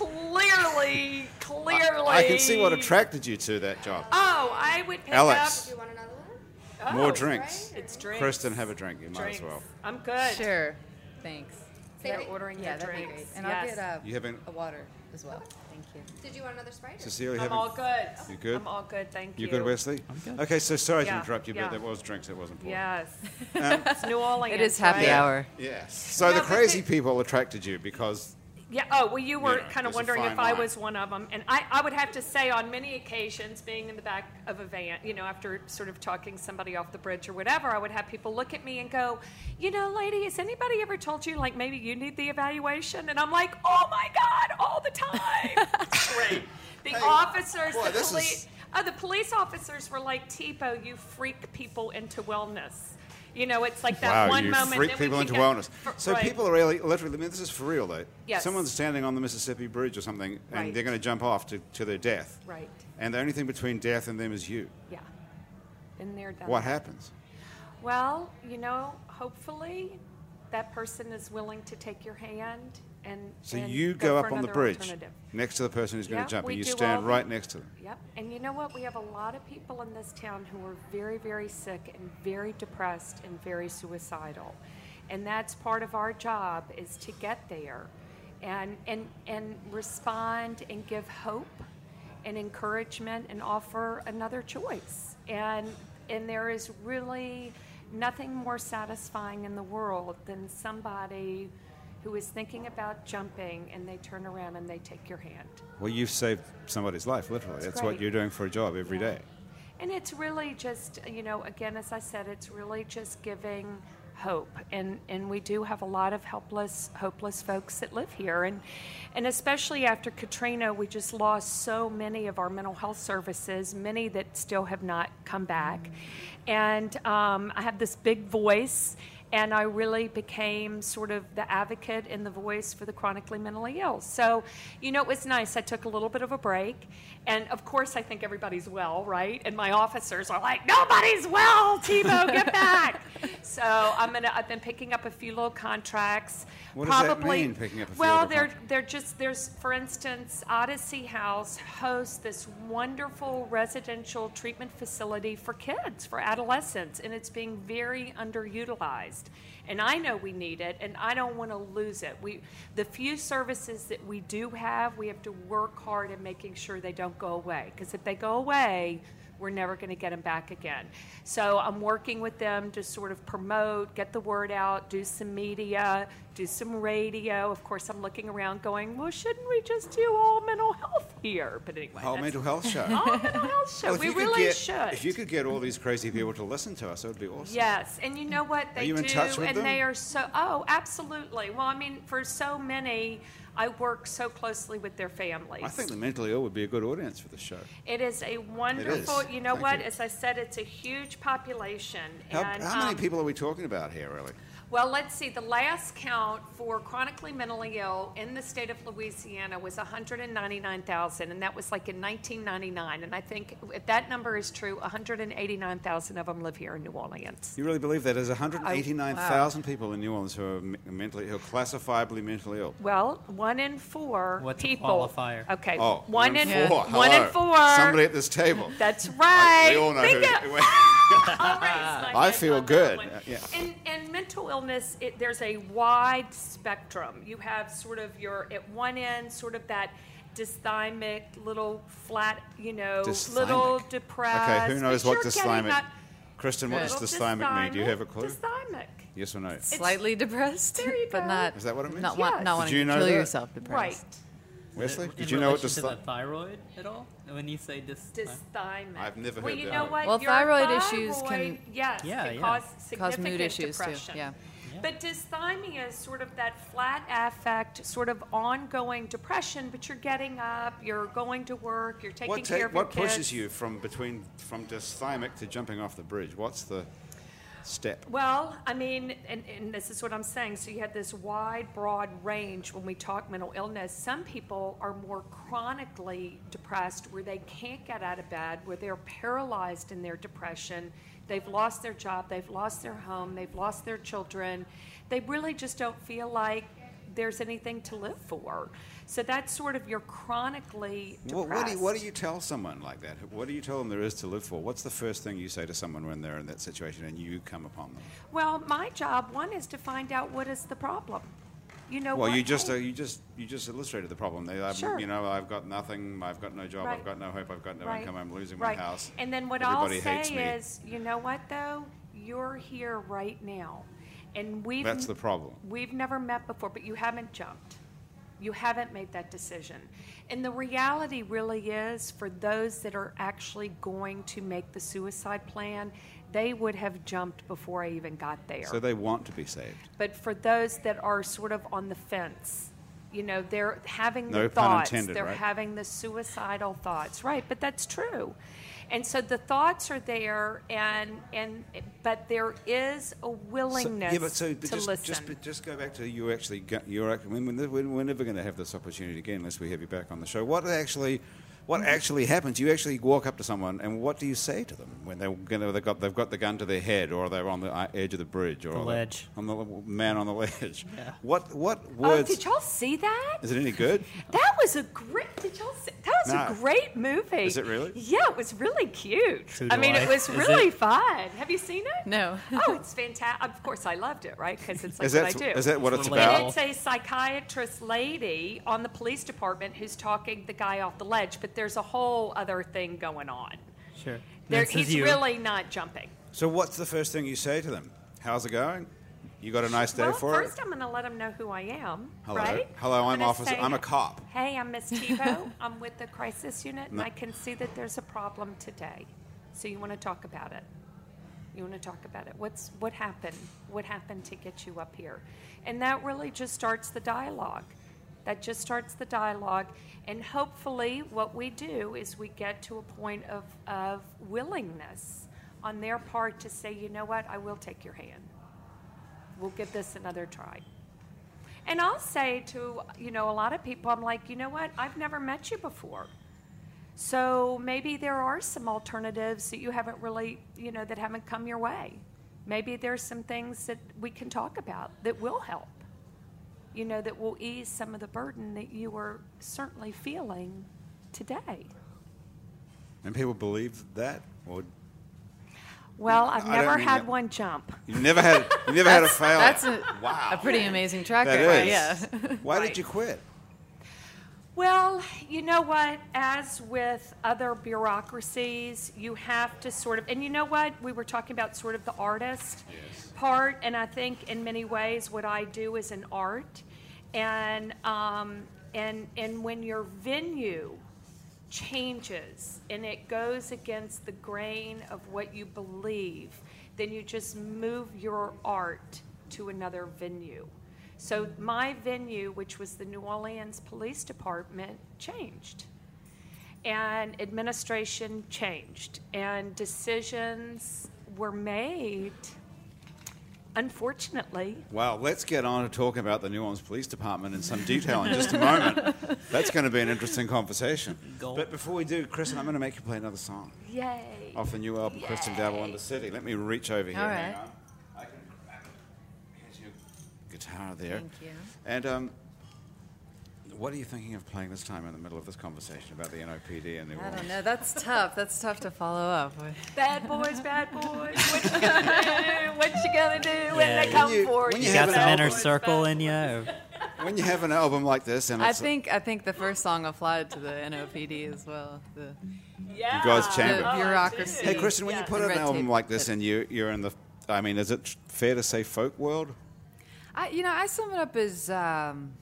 clearly, clearly. I can see what attracted you to that job. Oh, I would pick Alex. up. want another one? Oh, More drinks. It's drinks. Kristen, have a drink. You might drinks. as well. I'm good. Sure. Thanks. Favorite- They're ordering Yeah, their that'd be drinks. great. And Yes. I'll get a, You haven't- a water as well. Thank you. Did you want another Sprite? or- Cecilia, I'm having, all good. You good? I'm all good, thank you. you good, Wesley? I'm good. Okay, so sorry to Yeah, interrupt you, yeah. but there was drinks. It wasn't. important. Yes. Um, it's New Orleans. It is happy right? hour. Yes. So No, the but crazy the- people attracted you because Yeah. Oh, well, you were know, there's kind of a wondering fine if line. I was one of them, and I, I would have to say, on many occasions, being in the back of a van, you know, after sort of talking somebody off the bridge or whatever, I would have people look at me and go, you know, lady, has anybody ever told you like maybe you need the evaluation? And I'm like, oh my god, all the time. Great. The officers, boy, the this police. is- Oh, the police officers were like, Tipo, you freak people into wellness. You know, it's like that wow, one you moment. freak then we people think into of- wellness. for- so right. people are really literally. I mean, this is for real though. Yes. Someone's standing on the Mississippi Bridge or something, and Right. they're going to jump off to, to their death. Right. And the only thing between death and them is you. Yeah. Been there, done What that. happens? Well, you know, hopefully that person is willing to take your hand and. So and you go for up on the another bridge alternative. next to the person who's going Yeah, to jump, we and you do all stand the- right next to them. Yep. And you know what? We have a lot of people in this town who are very, very sick and very depressed and very suicidal. And that's part of our job is to get there and and and respond and give hope and encouragement and offer another choice. And and there is really nothing more satisfying in the world than somebody who is thinking about jumping and they turn around and they take your hand. Well, you've saved somebody's life, literally. That's, what great. you're doing for a job every day. Yeah. And it's really just, you know, again, as I said, it's really just giving hope. And, and we do have a lot of helpless, hopeless folks that live here. And, and especially after Katrina, we just lost so many of our mental health services, many that still have not come back. And um, I have this big voice. And I really became sort of the advocate and the voice for the chronically mentally ill. So, you know, it was nice. I took a little bit of a break. And of course, I think everybody's well, right? And my officers are like, nobody's well, Tebow, get back. so I'm gonna, I've been picking up a few little contracts. What does that Probably, mean, picking up a few Well, little they're, contracts? they're just, there's, for instance, Odyssey House hosts this wonderful residential treatment facility for kids, for adolescents, and it's being very underutilized. And I know we need it, and I don't want to lose it. We, the few services that we do have, we have to work hard in making sure they don't go away. Because if they go away, we're never going to get them back again. So I'm working with them to sort of promote, get the word out, do some media, do some radio. Of course, I'm looking around going, well, shouldn't we just do all mental health here? But anyway, Whole that's- mental health show. all mental health show. Well, if we you could really get- should. If you could get all these crazy people to listen to us, it would be awesome. Yes, and you know what they you do, in touch with and them? they are so. Oh, absolutely. Well, I mean, for so many, I work so closely with their families. I think the mentally ill would be a good audience for the show. It is a wonderful. You know Thank what? you. As I said, it's a huge population. How, and, how many um, people are we talking about here, really? Well, let's see. The last count for chronically mentally ill in the state of Louisiana was 199,000, and that was like in 1999. And I think if that number is true, 189,000 of them live here in New Orleans. You really believe that? There's 189,000 people in New Orleans who are me- mentally, who are classifiably mentally ill. Well, one in four What's a people. qualifier? Okay. Oh, one one in four. Yeah. One in Hello. four. Somebody at this table. That's right. we all know Bingo. who. I'll raise my I hand feel on that good. one. Uh, yeah. And, and mental illness, it, there's a wide spectrum. You have sort of your, at one end, sort of that dysthymic, little flat, you know, little Dysthymic. depressed. Okay, who knows but what you're getting dysthymic? that Kristen, what does Little dysthymic mean? Do you have a clue? Dysthymic. Yes or no? Slightly depressed, There you but go. not. Is that what it means? Not, want, Yes. not Did wanting you to know kill that? yourself Right. depressed. Wesley, In did you know what relation to the dysthymic? thyroid at all? When you say dys- Dysthymic. I've never Well, heard you that know word. what? Well, Your thyroid issues can- thyroid, yes, Yeah, can yeah. cause Cause significant mood issues too, depression. yeah. But dysthymia is sort of that flat affect, sort of ongoing depression. But you're getting up, you're going to work, you're taking What, care take, of your what kids. pushes you from between from dysthymic to jumping off the bridge? What's the step? Well, I mean, and, and this is what I'm saying. So you have this wide, broad range when we talk mental illness. Some people are more chronically depressed where they can't get out of bed, where they're paralyzed in their depression. They've lost their job, they've lost their home, they've lost their children. They really just don't feel like there's anything to live for. So that's sort of your chronically What, depressed. what, do you, what do you tell someone like that? What do you tell them there is to live for? What's the first thing you say to someone when they're in that situation and you come upon them? Well, my job one is to find out what is the problem. You know. Well, what- you just uh, you just you just illustrated the problem. They, I've, Sure. You know, I've got nothing. I've got no job. I've Right. got no hope. I've got no Right. income. I'm losing right. my house. And then what Everybody I'll say hates me. is, you know what though? You're here right now, and we've that's the problem. we've never met before, but you haven't jumped. You haven't made that decision. And the reality really is for those that are actually going to make the suicide plan, they would have jumped before I even got there. So they want to be saved. but for those that are sort of on the fence, you know, they're having No the pun thoughts, intended, they're right? having the suicidal thoughts, right? But that's true, and so the thoughts are there, and and but there is a willingness yeah, but so but to just, listen. just but just go back to you actually. go- You're act- I mean, we're we're never going to have this opportunity again unless we have you back on the show. What actually, what actually happens? You actually walk up to someone, and what do you say to them when they're going to, they've got they've got the gun to their head, or they're on the uh, edge of the bridge, or on ledge. on the man on the ledge? What what words? Oh, did y'all see that? is it any good? That was a great. Did y'all see? That was No. a great movie. Is it really? Yeah, it was really cute. So I do mean, I. it was Is really it? fun. Have you seen it? No. oh, it's fantastic. Of course, I loved it, right? Because it's like is what that I do. is that what it's It's about? And it's a psychiatrist lady on the police department who's talking the guy off the ledge, but there's a whole other thing going on. Sure. There, This is he's you. really not jumping. So what's the first thing you say to them? How's it going? You got a nice day well, for first it. I'm going to let them know who I am, Hello. right? Hello, I'm gonna officer- I'm a cop. Hey, I'm Miss Tebow. I'm with the crisis unit, and I can see that there's a problem today. So you want to talk about it? You want to talk about it? What's what happened? What happened to get you up here? And that really just starts the dialogue. That just starts the dialogue, and hopefully, what we do is we get to a point of, of willingness on their part to say, you know what, I will take your hand we'll give this another try. And I'll say to, you know, a lot of people, I'm like, you know what? I've never met you before. So maybe there are some alternatives that you haven't really, you know, that haven't come your way. Maybe there's some things that we can talk about that will help, you know, that will ease some of the burden that you are certainly feeling today. And people believe that, or Well, I've I don't never mean had that- one jump. you never had you never had a fail. That's a, wow. a pretty amazing track That is. record. Yeah. Why did Right. you quit? Well, you know what? As with other bureaucracies, you have to sort of, and you know what? We were talking about sort of the artist part, and I think in many ways what I do is an art, and um, and and when your venue changes and it goes against the grain of what you believe, then you just move your art to another venue. So my venue, which was the New Orleans Police Department, changed. And administration changed. And decisions were made, unfortunately, Well, let's get on to talking about the New Orleans Police Department in some detail in just a moment. That's going to be an interesting conversation. Gulp. But before we do, Kristen, I'm going to make you play another song yay. off the new album, Kristen Dabble and the City. Let me reach over here. All Hang right. on. I can grab it. Here's your guitar there. Thank you. And um, What are you thinking of playing this time in the middle of this conversation about the NOPD and New I don't Orleans? know. That's tough. That's tough to follow up. Bad boys, bad boys. What you gonna do? What you gonna do when Yeah, they come you- for when you? you You have got an some album. inner circle in you. or- When you have an album like this, and I it's think I think the first song applied to the NOPD as well. The, Yeah. God's chamber. the bureaucracy. hey, Christian, when you Yes. put out an Red album tape. like this, and you you're in the, I mean, is it fair to say folk world? Oh, I, you know, I sum it up as um,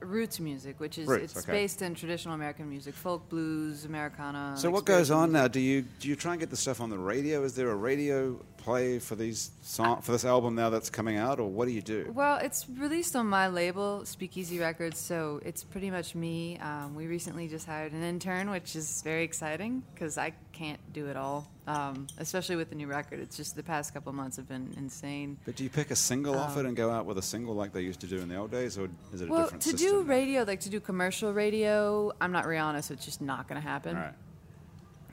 roots music, which is Roots, it's okay. based in traditional American music, folk, blues, Americana. So like what spirit goes on music. now? Do you do you try and get the stuff on the radio? Is there a radio play for these song for this album now that's coming out, or what do you do? Uh, Well, it's released on my label, Speakeasy Records, so it's pretty much me. Um, we recently just hired an intern, which is very exciting because I can't do it all, um, especially with the new record. It's just the past couple months have been insane. But do you pick a single off it and go out with a single like they used to do in the old days, or is it a um, Well, different to system? do radio, like to do commercial radio, I'm not Rihanna, so it's just not going to happen, All right.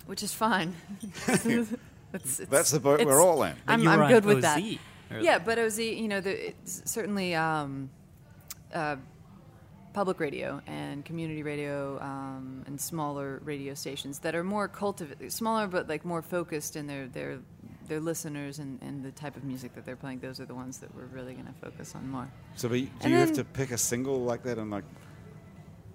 which is fine. It's- it's- That's the boat it's- we're all in. But I'm, you were I'm on good with that. OZ earlier. Yeah, but OZ, you know, the, it's certainly um, uh, public radio and community radio um, and smaller radio stations that are more cultivated, smaller but like more focused in their their their listeners and, and the type of music that they're playing. Those are the ones that we're really going to focus on more. So, but you- do And you have then- to pick a single like that? And like,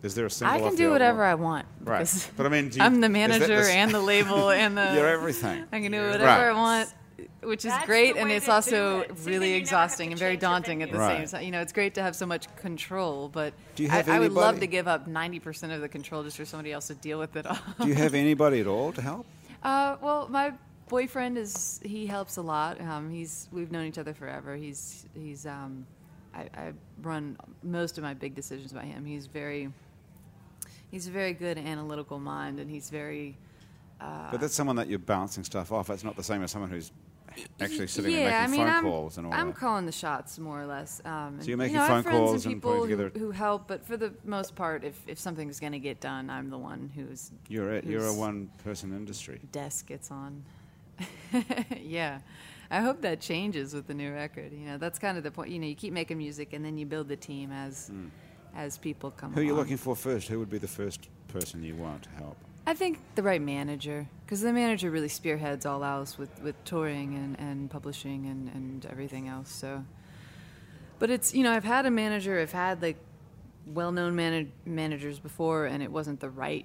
is there a single? I can off do the whatever I album? want. Right, because but I mean, do you, I'm is the that manager s- and the label and the. you're everything. I can do whatever Right. I want, which is That's great, the and way it's to do also it. See, then really you never have exhausting to and very change your daunting at the venue. same Right. time. You know, it's great to have so much control, but Do you I, have I would love anybody- to give up 90% of the control just for somebody else to deal with it all. Do you have anybody at all to help? Uh, well, my boyfriend is he helps a lot. Um, he's we've known each other forever. He's he's um, I, I run most of my big decisions by him. He's very he's a very good analytical mind, and he's very but that's someone that you're bouncing stuff off. That's not the same as someone who's actually sitting yeah, and making I mean, phone I'm, calls and all I'm that. calling the shots more or less. Um, and, you're making you know, I phone have friends calls and and putting people who- together- who, help, but for the most part, if, if something's going to get done, I'm the one who's you're it. You're a who's- one-person industry. desk gets on. yeah. I hope that changes with the new record. You know, that's kind of the point. You know, you keep making music and then you build the team as as people come Hmm. Who are you along. looking for first? Who would be the first person you want to help? I think the right manager because the manager really spearheads all else with, with touring and, and publishing and, and everything else. So, but it's you know I've had a manager, I've had like well-known manag managers before, and it wasn't the right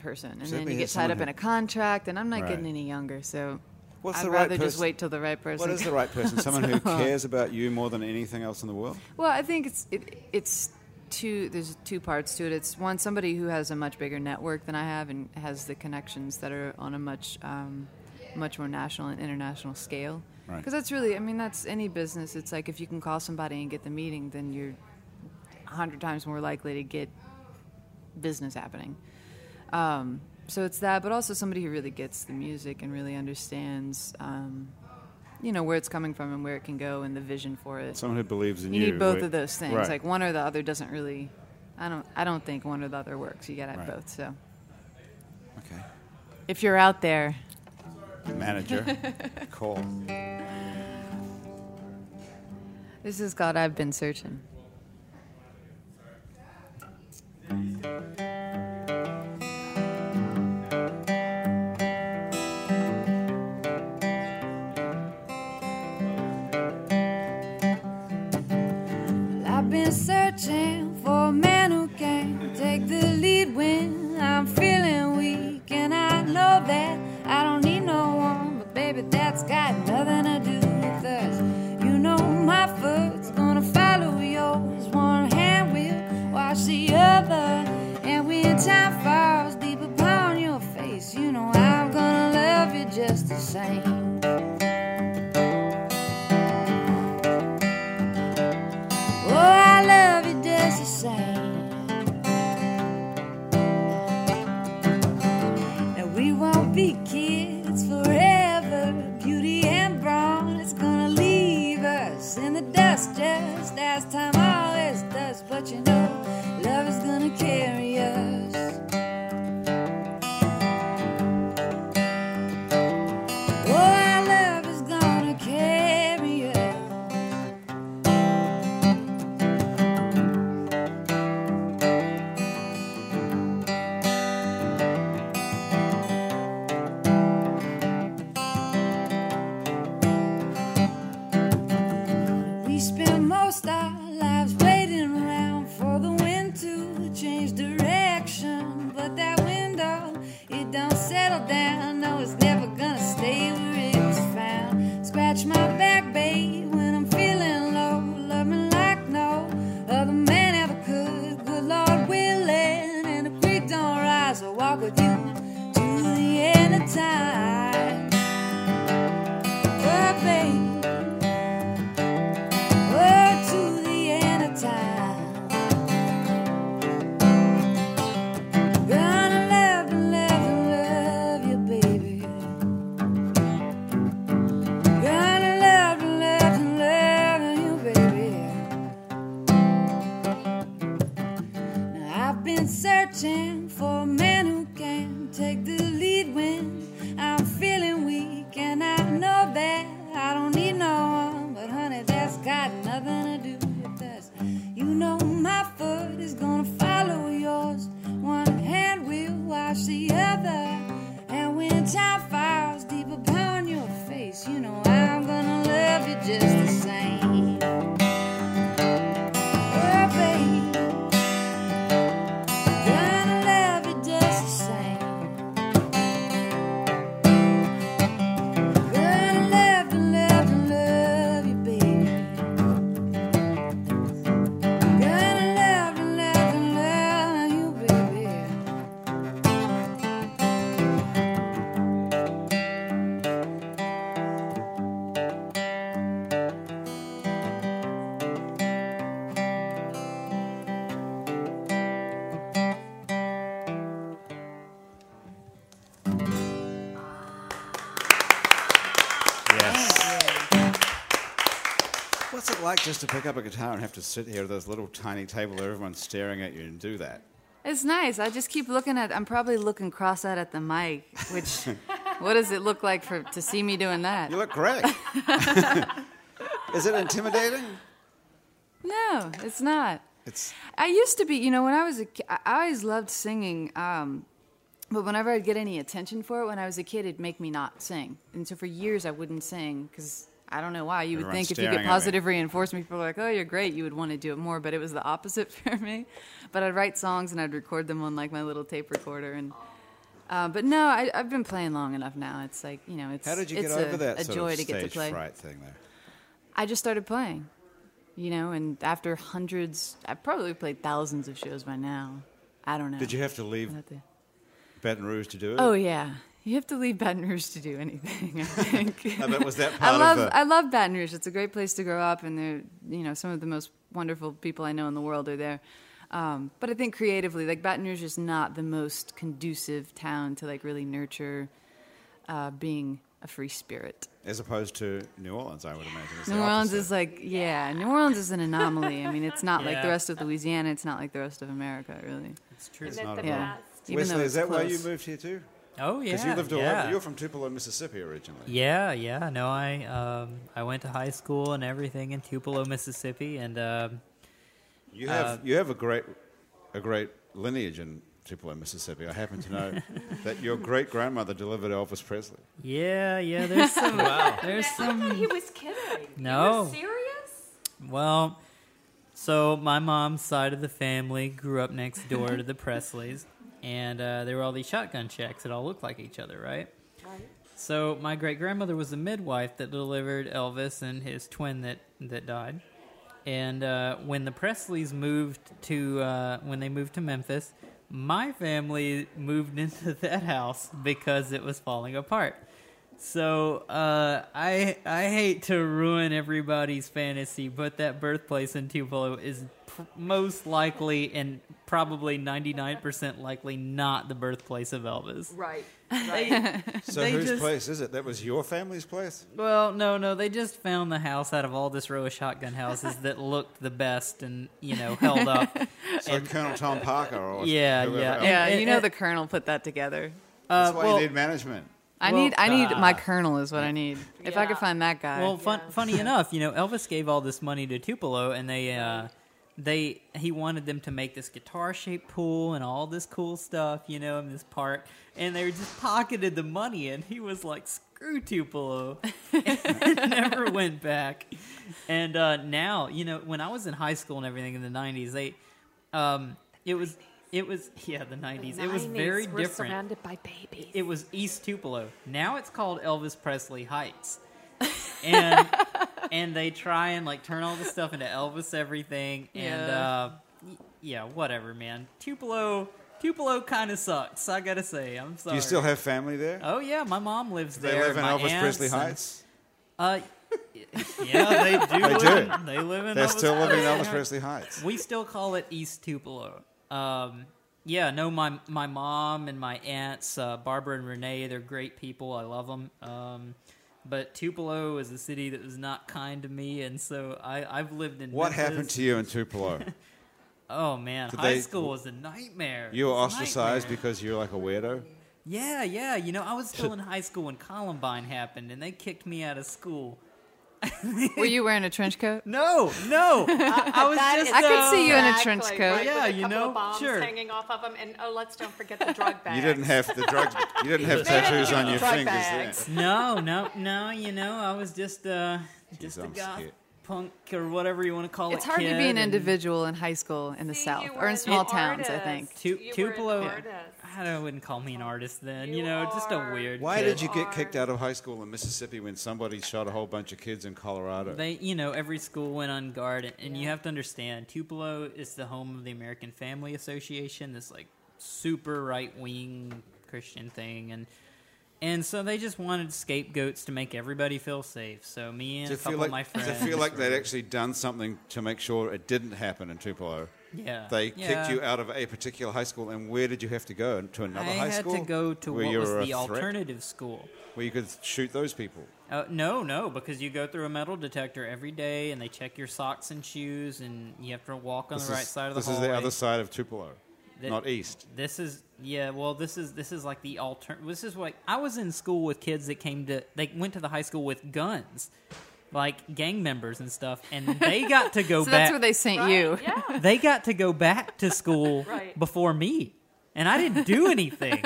person. And So then we you have get tied someone up who- in a contract, and I'm not Right. getting any younger, so What's I'd the right rather just person- wait till the right person. What is the right person? Someone who cares about you more than anything else in the world? Well, I think it's it, it's two. There's two parts to it. It's one somebody who has a much bigger network than I have and has the connections that are on a much um, much more national and international scale. Right. Because that's really, I mean, that's any business. It's like if you can call somebody and get the meeting, then you're a hundred times more likely to get business happening. Um, so it's that, but also somebody who really gets the music and really understands, um, you know, where it's coming from and where it can go and the vision for it Someone who believes in you. you need both where- of those things Right. like one or the other doesn't really i don't i don't think one or the other works you gotta have Right. both so okay. if you're out there manager call. this is called i've been searching I've been searching for a man who can take the lead when I'm feeling weak. And I know that I don't need no one, but baby, that's got nothing to do with us. You know, my foot's gonna follow yours. One hand will wash the other. And when time falls deep upon your face, you know I'm gonna love you just the same. Oh, I love you just the same. And we won't be kids forever. Beauty and brawn is gonna leave us in the dust just as time always does. But you know, love is gonna carry us. Oh, oh, been searching for a man who can take the lead when I'm feeling weak, and I know that I don't need no one. But honey, that's got nothing to do with us. You know my foot is gonna follow yours. One hand will wash the other, and when time falls deep upon your face, you know I'm gonna love you just the same. Oh, babe. Gonna love you just the same. Gonna love you, love you, love you, baby. Gonna love you, love you, love you, baby. Yes. What's it like just to pick up a guitar and have to sit here at this little tiny table where everyone's staring at you and do that? It's nice. I just keep looking at. I'm probably looking cross-eyed at the mic. Which, what does it look like for to see me doing that? You look great. Is it intimidating? No, it's not. It's I used to be, you know, when I was a ki- I I always loved singing, um, but whenever I'd get any attention for it when I was a kid, it'd make me not sing. And so for years, I wouldn't sing because I don't know why. You would Everyone's think if you staring get at me. positive reinforcement, people are like, oh, you're great, you would want to do it more. But it was the opposite for me. But I'd write songs and I'd record them on like my little tape recorder. and uh, But no, I, I've been playing long enough now. It's like, you know, it's, how did you get it's over a, that a sort joy of to get to stage play. fright thing there? I just started playing, you know, and after hundreds, I've probably played thousands of shows by now. I don't know. Did you have to leave I don't think- Baton Rouge to do it? Uh, Oh yeah, you have to leave Baton Rouge to do anything. I think. I bet was that part I love of the I love Baton Rouge. It's a great place to grow up, and they're you know some of the most wonderful people I know in the world are there. Um, but I think creatively, like Baton Rouge is not the most conducive town to like really nurture uh, being a free spirit. as opposed to New Orleans, I would imagine. it's the New Orleans opposite. is like, yeah, New Orleans is an anomaly. I mean, it's not like the Yeah. Uh-huh. rest of Louisiana. It's not like the rest of America, really. It's true. Isn't it the Yeah. best? Even though Wesley, is it's that why you close. moved here too? Oh yeah. Because you lived all yeah. over. You're from Tupelo, Mississippi originally. Yeah, yeah. No, I um, I went to high school and everything in Tupelo, Mississippi, and um, You have you have a great a great lineage in Tupelo, Mississippi. I happen to know that your great grandmother delivered Elvis Presley. yeah, yeah. There's some. wow. There's I thought some. he was kidding. No. You were serious? Well, so my mom's side of the family grew up next door to the Presleys, and uh, there were all these shotgun checks that all looked like each other, right? So my great grandmother was the midwife that delivered Elvis and his twin that that died. And uh, when the Presleys moved to uh, when they moved to Memphis, my family moved into that house because it was falling apart. So uh, I I hate to ruin everybody's fantasy, but that birthplace in Tupelo is pr- most likely and probably ninety nine percent likely not the birthplace of Elvis. Right. Right. So They whose just- place is it? That was your family's place. Well, no, no. They just found the house out of all this row of shotgun houses that looked the best and you know held up. So Colonel Tom Parker or Yeah, whoever yeah. else. Yeah. Yeah, and- you know and- the Colonel put that together. Uh, That's why well, you need management. I Well, need I need my uh, Colonel is what I need. If I could Yeah. find that guy, well, fun, funny enough, you know, Elvis gave all this money to Tupelo, and they uh, they he wanted them to make this guitar shaped pool and all this cool stuff, you know, in this park, and they just pocketed the money, and he was like, "Screw Tupelo," and never went back. And uh, now, you know, when I was in high school and everything in the '90s, they um, it was it was yeah the '90s. it was very Nineties, we're different surrounded by babies. it was East Tupelo. Now it's called Elvis Presley Heights. And and they try and like turn all this stuff into Elvis everything and Yeah. uh y- yeah, whatever, man. Tupelo Tupelo kind of sucks, I got to say. I'm sorry. Do you still have family there? Oh yeah, my mom lives they there. live in my Elvis aunts Presley and- Heights. Uh yeah, they do. They live do. in- They live in They're Elvis still living in Elvis Presley Presley Heights. we still call it East Tupelo. Um, yeah, no, my my mom and my aunts, uh, Barbara and Renee, they're great people. I love them. Um, but Tupelo is a city that was not kind to me, and so I, I've lived in What Memphis. happened to you in Tupelo? Oh man, Did high they- school was a nightmare. You It were was a ostracized nightmare. because you're like a weirdo. Yeah, yeah. You know, I was still in high school when Columbine happened, and they kicked me out of school. Were you wearing a trench coat? No, no. I, I was just. I could uh, see you in a trench Exactly, coat. right, Yeah, with a you couple know, of bombs sure. hanging off of them, and oh, let's don't forget the drug bag. You didn't have the drugs. You didn't have They didn't tattoos give on you your drug fingers. Then. bags. No, no, no. You know, I was just, uh, just a I'm goth scared. punk or whatever you want to call it. It's hard to kid, be an and individual in high school in the See, South you or were in an small towns, I artist. think. Tu- You were an Tupelo. artist. I don't- wouldn't call me an artist then. You, You know, just a are- weird. Why kid. did you get are- kicked out of high school in Mississippi when somebody shot a whole bunch of kids in Colorado? They, you know, every school went on guard, and, and you have to understand Tupelo is the home of the American Family Association, this like super right wing Christian thing, and and so they just wanted scapegoats to make everybody feel safe. So me and Do a you couple feel of my like, do you friends, feel like they'd actually done something to make sure it didn't happen in Tupelo? yeah, They Yeah. kicked you out of a particular high school, and where did you have to go? To another I high had school? to go to where what you was were a the threat? alternative school. Where you could shoot those people. Uh, no, no, because you go through a metal detector every day, and they check your socks and shoes, and you have to walk on This the right is- side of the This is hallway. the other side of Tupelo, That- not east. This is yeah. Well, this is this is like the alter. This is like I was in school with kids that came to they went to the high school with guns, like gang members and stuff, and they got to go So back. that's where they sent Right, you. Yeah. they got to go back to school Right. before me, and I didn't do anything.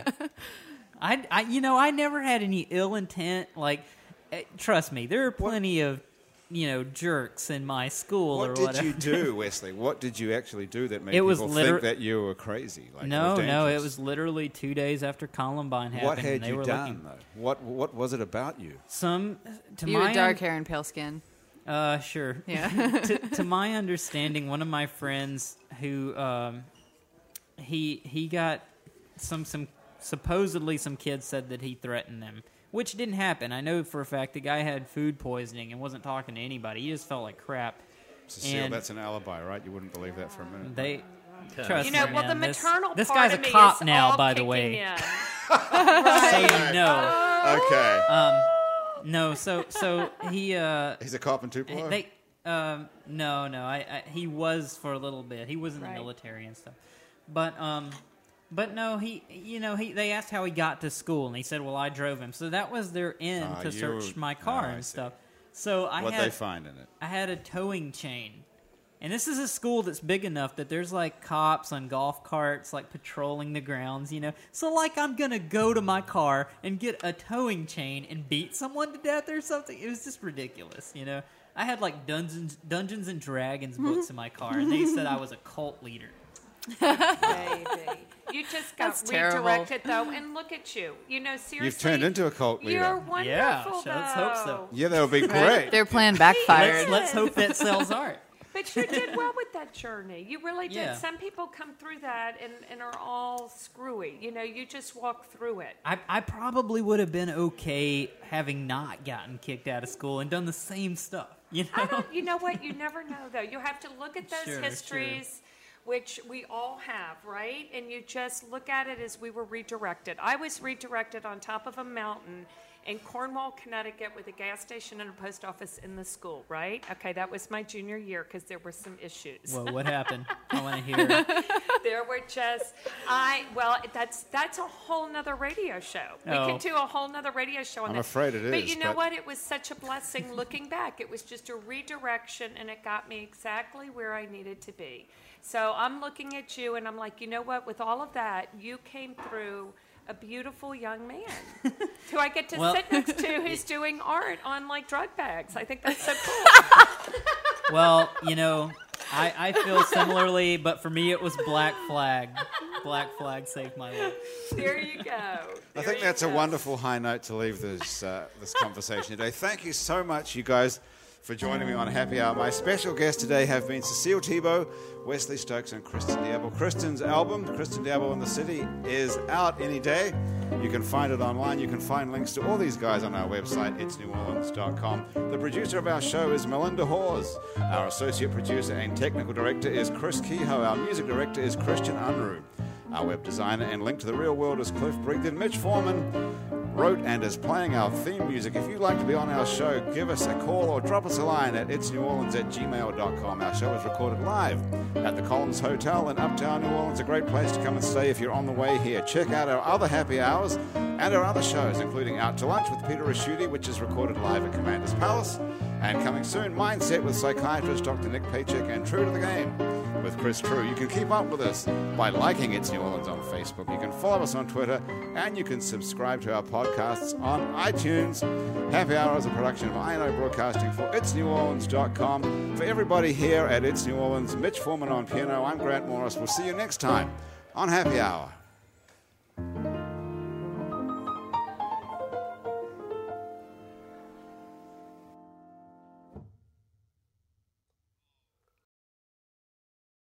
I, I, you know, I never had any ill intent. Like, eh, trust me, there are plenty of you know jerks in my school or What did whatever. you do, Wesley? What did you actually do that made It people was liter- think that you were crazy? Like, or No, no, it dangerous? was literally two days after Columbine happened. What and had they you were done looking- though? What what was it about you? Some to You my were dark un- hair and pale skin. Uh, sure. Yeah. to, to my understanding, one of my friends who um, he he got some some supposedly some kids said that he threatened them, which didn't happen. I know for a fact the guy had food poisoning and wasn't talking to anybody. He just felt like crap. Cecile, And- that's an alibi, right? You wouldn't believe that for a minute. They. Trust You know, me, well, the man, this- maternal this, part guy's of a me cop is now, all by the kicking way. in. So you know, Uh, okay. no, so so he uh, He's a cop in Tupelo? They, um, no, no. I, I he was for a little bit. He was in Right. the military and stuff, but um, but no, he you know he they asked how he got to school and he said, well, I drove him. So that was their end Ah, to you- search my ah, car I and see. stuff. So I what had they find in it. I had a towing chain. And this is a school that's big enough that there's like cops on golf carts, like patrolling the grounds, you know. So, like, I'm gonna go to my car and get a towing chain and beat someone to death or something. It was just ridiculous, you know. I had like Dungeons, Dungeons and Dragons books in my car, and they said I was a cult leader. Baby. You just got That's terrible. redirected though, and look at you. You know, seriously, turned into a cult leader. You're Yeah, wonderful. so let's hope so. though. Yeah, that would be great. Their plan backfired. Let's, let's hope that sells art. But you did well with that journey. You really did. Yeah. Some people come through that and, and are all screwy. You know, you just walk through it. I, I probably would have been okay having not gotten kicked out of school and done the same stuff, you know. I don't. You know what? You never know, though. You have to look at those Sure, sure. histories, which we all have, right? And you just look at it as we were redirected. I was redirected on top of a mountain in Cornwall, Connecticut, with a gas station and a post office in the school, right? Okay, that was my junior year because there were some issues. Well, what happened? I want to hear. there were just I. Well, that's that's a whole nother radio show. We Oh. could do a whole nother radio show on I'm that. afraid it But is, you know but- what? It was such a blessing looking back. It was just a redirection, and it got me exactly where I needed to be. So I'm looking at you, and I'm like, you know what? With all of that, you came through. A beautiful young man who I get to Well- sit next to who's doing art on like drug bags. I think that's so cool. Well, you know, I, I feel similarly, but for me it was Black Flag. Black Flag saved my life. There you go. I There think you that's a go. wonderful high note to leave this uh, this conversation today. Thank you so much, you guys, for joining me on Happy Hour. My special guests today have been Cecile Tebow, Wesley Stokes, and Kristen Diablo. Kristen's album, Kristen Diablo in the City, is out any day. You can find it online. You can find links to all these guys on our website, itsneworleans.com. The producer of our show is Melinda Hawes. Our associate producer and technical director is Chris Kehoe. Our music director is Christian Unruh. Our web designer and link to the real world is Cliff Brigden. Mitch Foreman wrote and is playing our theme music. If you'd like to be on our show, give us a call or drop us a line at itsneworleans at gmail.com. Our show is recorded live at the Collins Hotel in Uptown New Orleans. A great place to come and stay if you're on the way here. Check out our other happy hours and our other shows, including Out to Lunch with Peter Raschuti, which is recorded live at Commander's Palace. And coming soon, Mindset with psychiatrist Dr. Nick Paycheck and True to the Game with Chris True. You can keep up with us by liking It's New Orleans on Facebook. You can follow us on Twitter, and you can subscribe to our podcasts on iTunes. Happy Hour is a production of INO Broadcasting for It'sNewOrleans.com. For everybody here at It's New Orleans, Mitch Foreman on piano, I'm Grant Morris. We'll see you next time on Happy Hour.